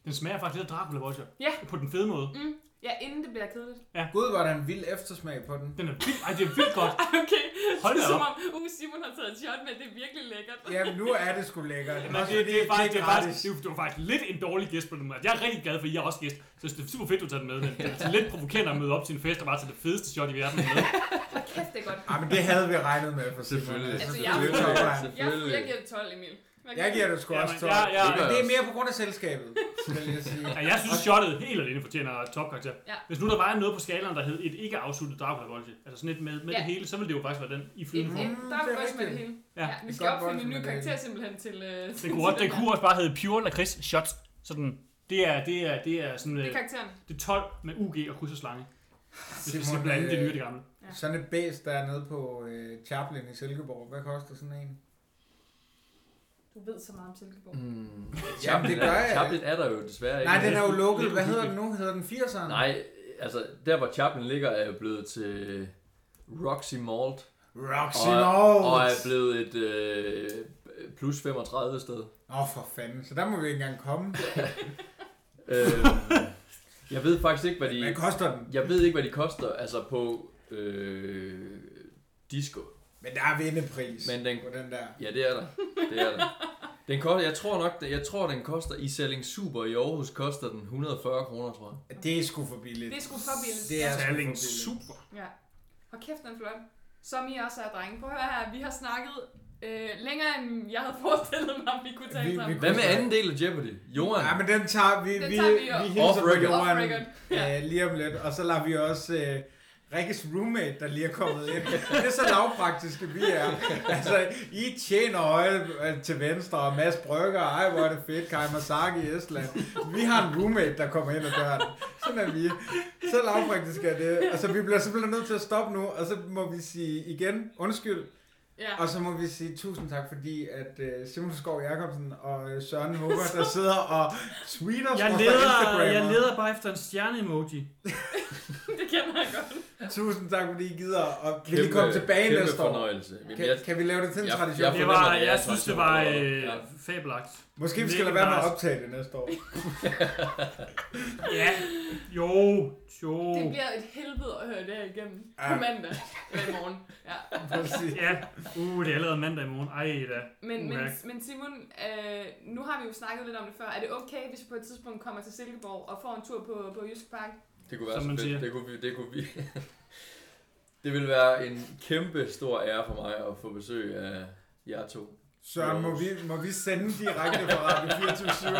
Den smager faktisk lidt af Dracula Vodka. Ja. På den fede måde. Mm. Ja, inden det bliver kedeligt. Gud, var der en vild eftersmag på den. Den er vild. Ej, det er vildt godt. Okay, Hold det da er som op. om, uh, Simon har taget et shot, men det er virkelig lækkert. Jamen, nu er det sgu lækkert. Men Altså, det, det, er faktisk, det, er faktisk, det, er, det var faktisk lidt en dårlig gæst på den måde. Jeg er rigtig glad for, at I er også gæst. Så det er super fedt, du tager den med. Men det er altså lidt provokerende at møde op til en fest og bare tage det fedeste shot i verden med. Kæft, det er godt. Ja, Ah, men det havde vi regnet med for Simon. Selvfølgelig. Altså, det jeg- er jo topline. Jeg, jeg Selvfølgelig. giver det 12, Emil. Hvad jeg giver giver det sgu Jamen, også 12. jeg, jeg, Det gør Men jeg det er også. mere på grund af selskabet, skal jeg sige. Ja, jeg synes, shottet helt alene fortjener topkarakter. Ja. Hvis nu der var noget på skalaen, der hed et ikke afsluttet Dracula Vodka, altså sådan et med, med Ja. det hele, så ville det jo faktisk være den i Et, flyden. et, Mm, der er det vi er godt med det rigtigt. hele. Ja. Ja, vi Et skal godt opfinde en ny bolsje med det karakter simpelthen til... Øh, Den kunne, også, den kunne også bare hedde Pure Lakrids Shots. Så den, det er, det er, det er sådan, Det det, er karakteren. det er 12 med UG og kryds og slange. Hvis vi skal Simon, blande det nye øh, og det gamle. Ja. Sådan et bæs, der er nede på øh, Chaplin i Silkeborg. Hvad koster sådan en? Du ved så meget om Silkeborg. Mm. Jamen, det gør jeg. Chaplin er der jo desværre ikke. Nej, den er jo lukket. Hvad hedder den nu? Hedder den 80'eren? Nej, altså der hvor Chaplin ligger er jo blevet til Roxy Malt. Roxy Og, North. og er blevet et øh, plus 35 sted. Åh, oh, for fanden. Så der må vi ikke engang komme. Øh, jeg ved faktisk ikke, hvad de... Hvad koster den? Jeg ved ikke, hvad de koster, altså på øh, disco. Men der er vindepris Men den- på den der. Ja, det er der. Det er der. Den koster, jeg tror nok, den- jeg tror, den koster, i Selling Super i Aarhus, koster den 140 kroner, tror jeg. Det er sgu for billigt. Det er sgu for billigt. Det er sgu for Talling billigt. super. Ja. Og kæft, den er flot. Som I også er drenge. Prøv at høre her, vi har snakket øh, længere, end jeg havde forestillet mig, vi kunne tale Vi- sammen. vi- Hvad med anden del af Jeopardy? Johan? Ja, men den tager vi. Den vi, tager vi jo. vi hilser Off på record. Johan, Off record. Ja. øh, lige om lidt. Og så lader vi også øh, Rikkes roommate, der lige er kommet ind. Det er så lavpraktiske, vi er. Altså, I tjener øje øh, til venstre, og Mads Brygger, ej, hvor er det fedt, Kai Masaki i Estland. Vi har en roommate, der kommer ind ad døren. Sådan er vi. Så lavpraktisk er det. Altså, vi bliver simpelthen nødt til at stoppe nu, og så må vi sige igen, undskyld, Ja. og så må vi sige tusind tak, fordi at øh, Simon Skov Jacobsen og øh, Søren Hugger, der sidder og tweeter os Jeg fra leder, Instagram. jeg leder bare efter en stjerne-emoji. det kender jeg godt. Tusind tak, fordi I gider, og vil I Kæmpe- komme tilbage kæmpe næste år? fornøjelse. Jamen, Kan, jeg, kan vi lave det til en jeg- tradition? jeg- Det var, Ja, jeg jeg synes, tror, det var jeg tror, øh, det var- fabelagt. Måske vi skal lade være med at Legendarisk. optage det næste år. Ja, jo, jo. Det bliver et helvede at høre det her igennem Oh. Ja. på mandag eller i morgen. Ja. Præcis. Ja, uh, det er allerede mandag i morgen. Ej da. Men, men, Uha. men Simon, øh, nu har vi jo snakket lidt om det før. Er det okay, hvis vi på et tidspunkt kommer til Silkeborg og får en tur på, på Jysk Park? det kunne være Som så man siger. fedt. Det kunne vi... Det, kunne vi. det ville være en kæmpe stor ære for mig at få besøg af jer to. Søren, må vi, må vi sende direkte fra Radio 24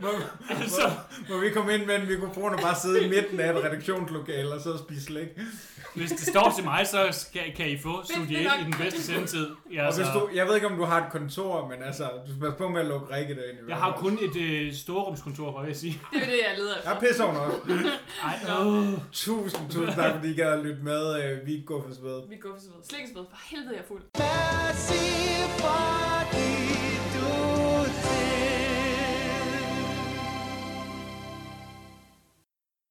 må, Altså. må, må, vi komme ind med en mikrofon og bare sidde i midten af et redaktionslokale og så spise slik? Hvis det står til mig, så skal, kan I få studie 1 nok. i den bedste sendetid. Ja, Og hvis altså, du, jeg ved ikke, om du har et kontor, men altså, du skal passe på med at lukke Rikke derind. i hvert jeg har fald. kun et øh, storrumskontor, var jeg ved at sige. Det er det, jeg leder efter. Jeg er pisse over noget. Ej, øh. Tusind, tusind tak, fordi I gad at lytte med. Øh, Vi går for sved. Vi går for sved. Slikkesved. For helvede, jeg er fuld. Merci fordi du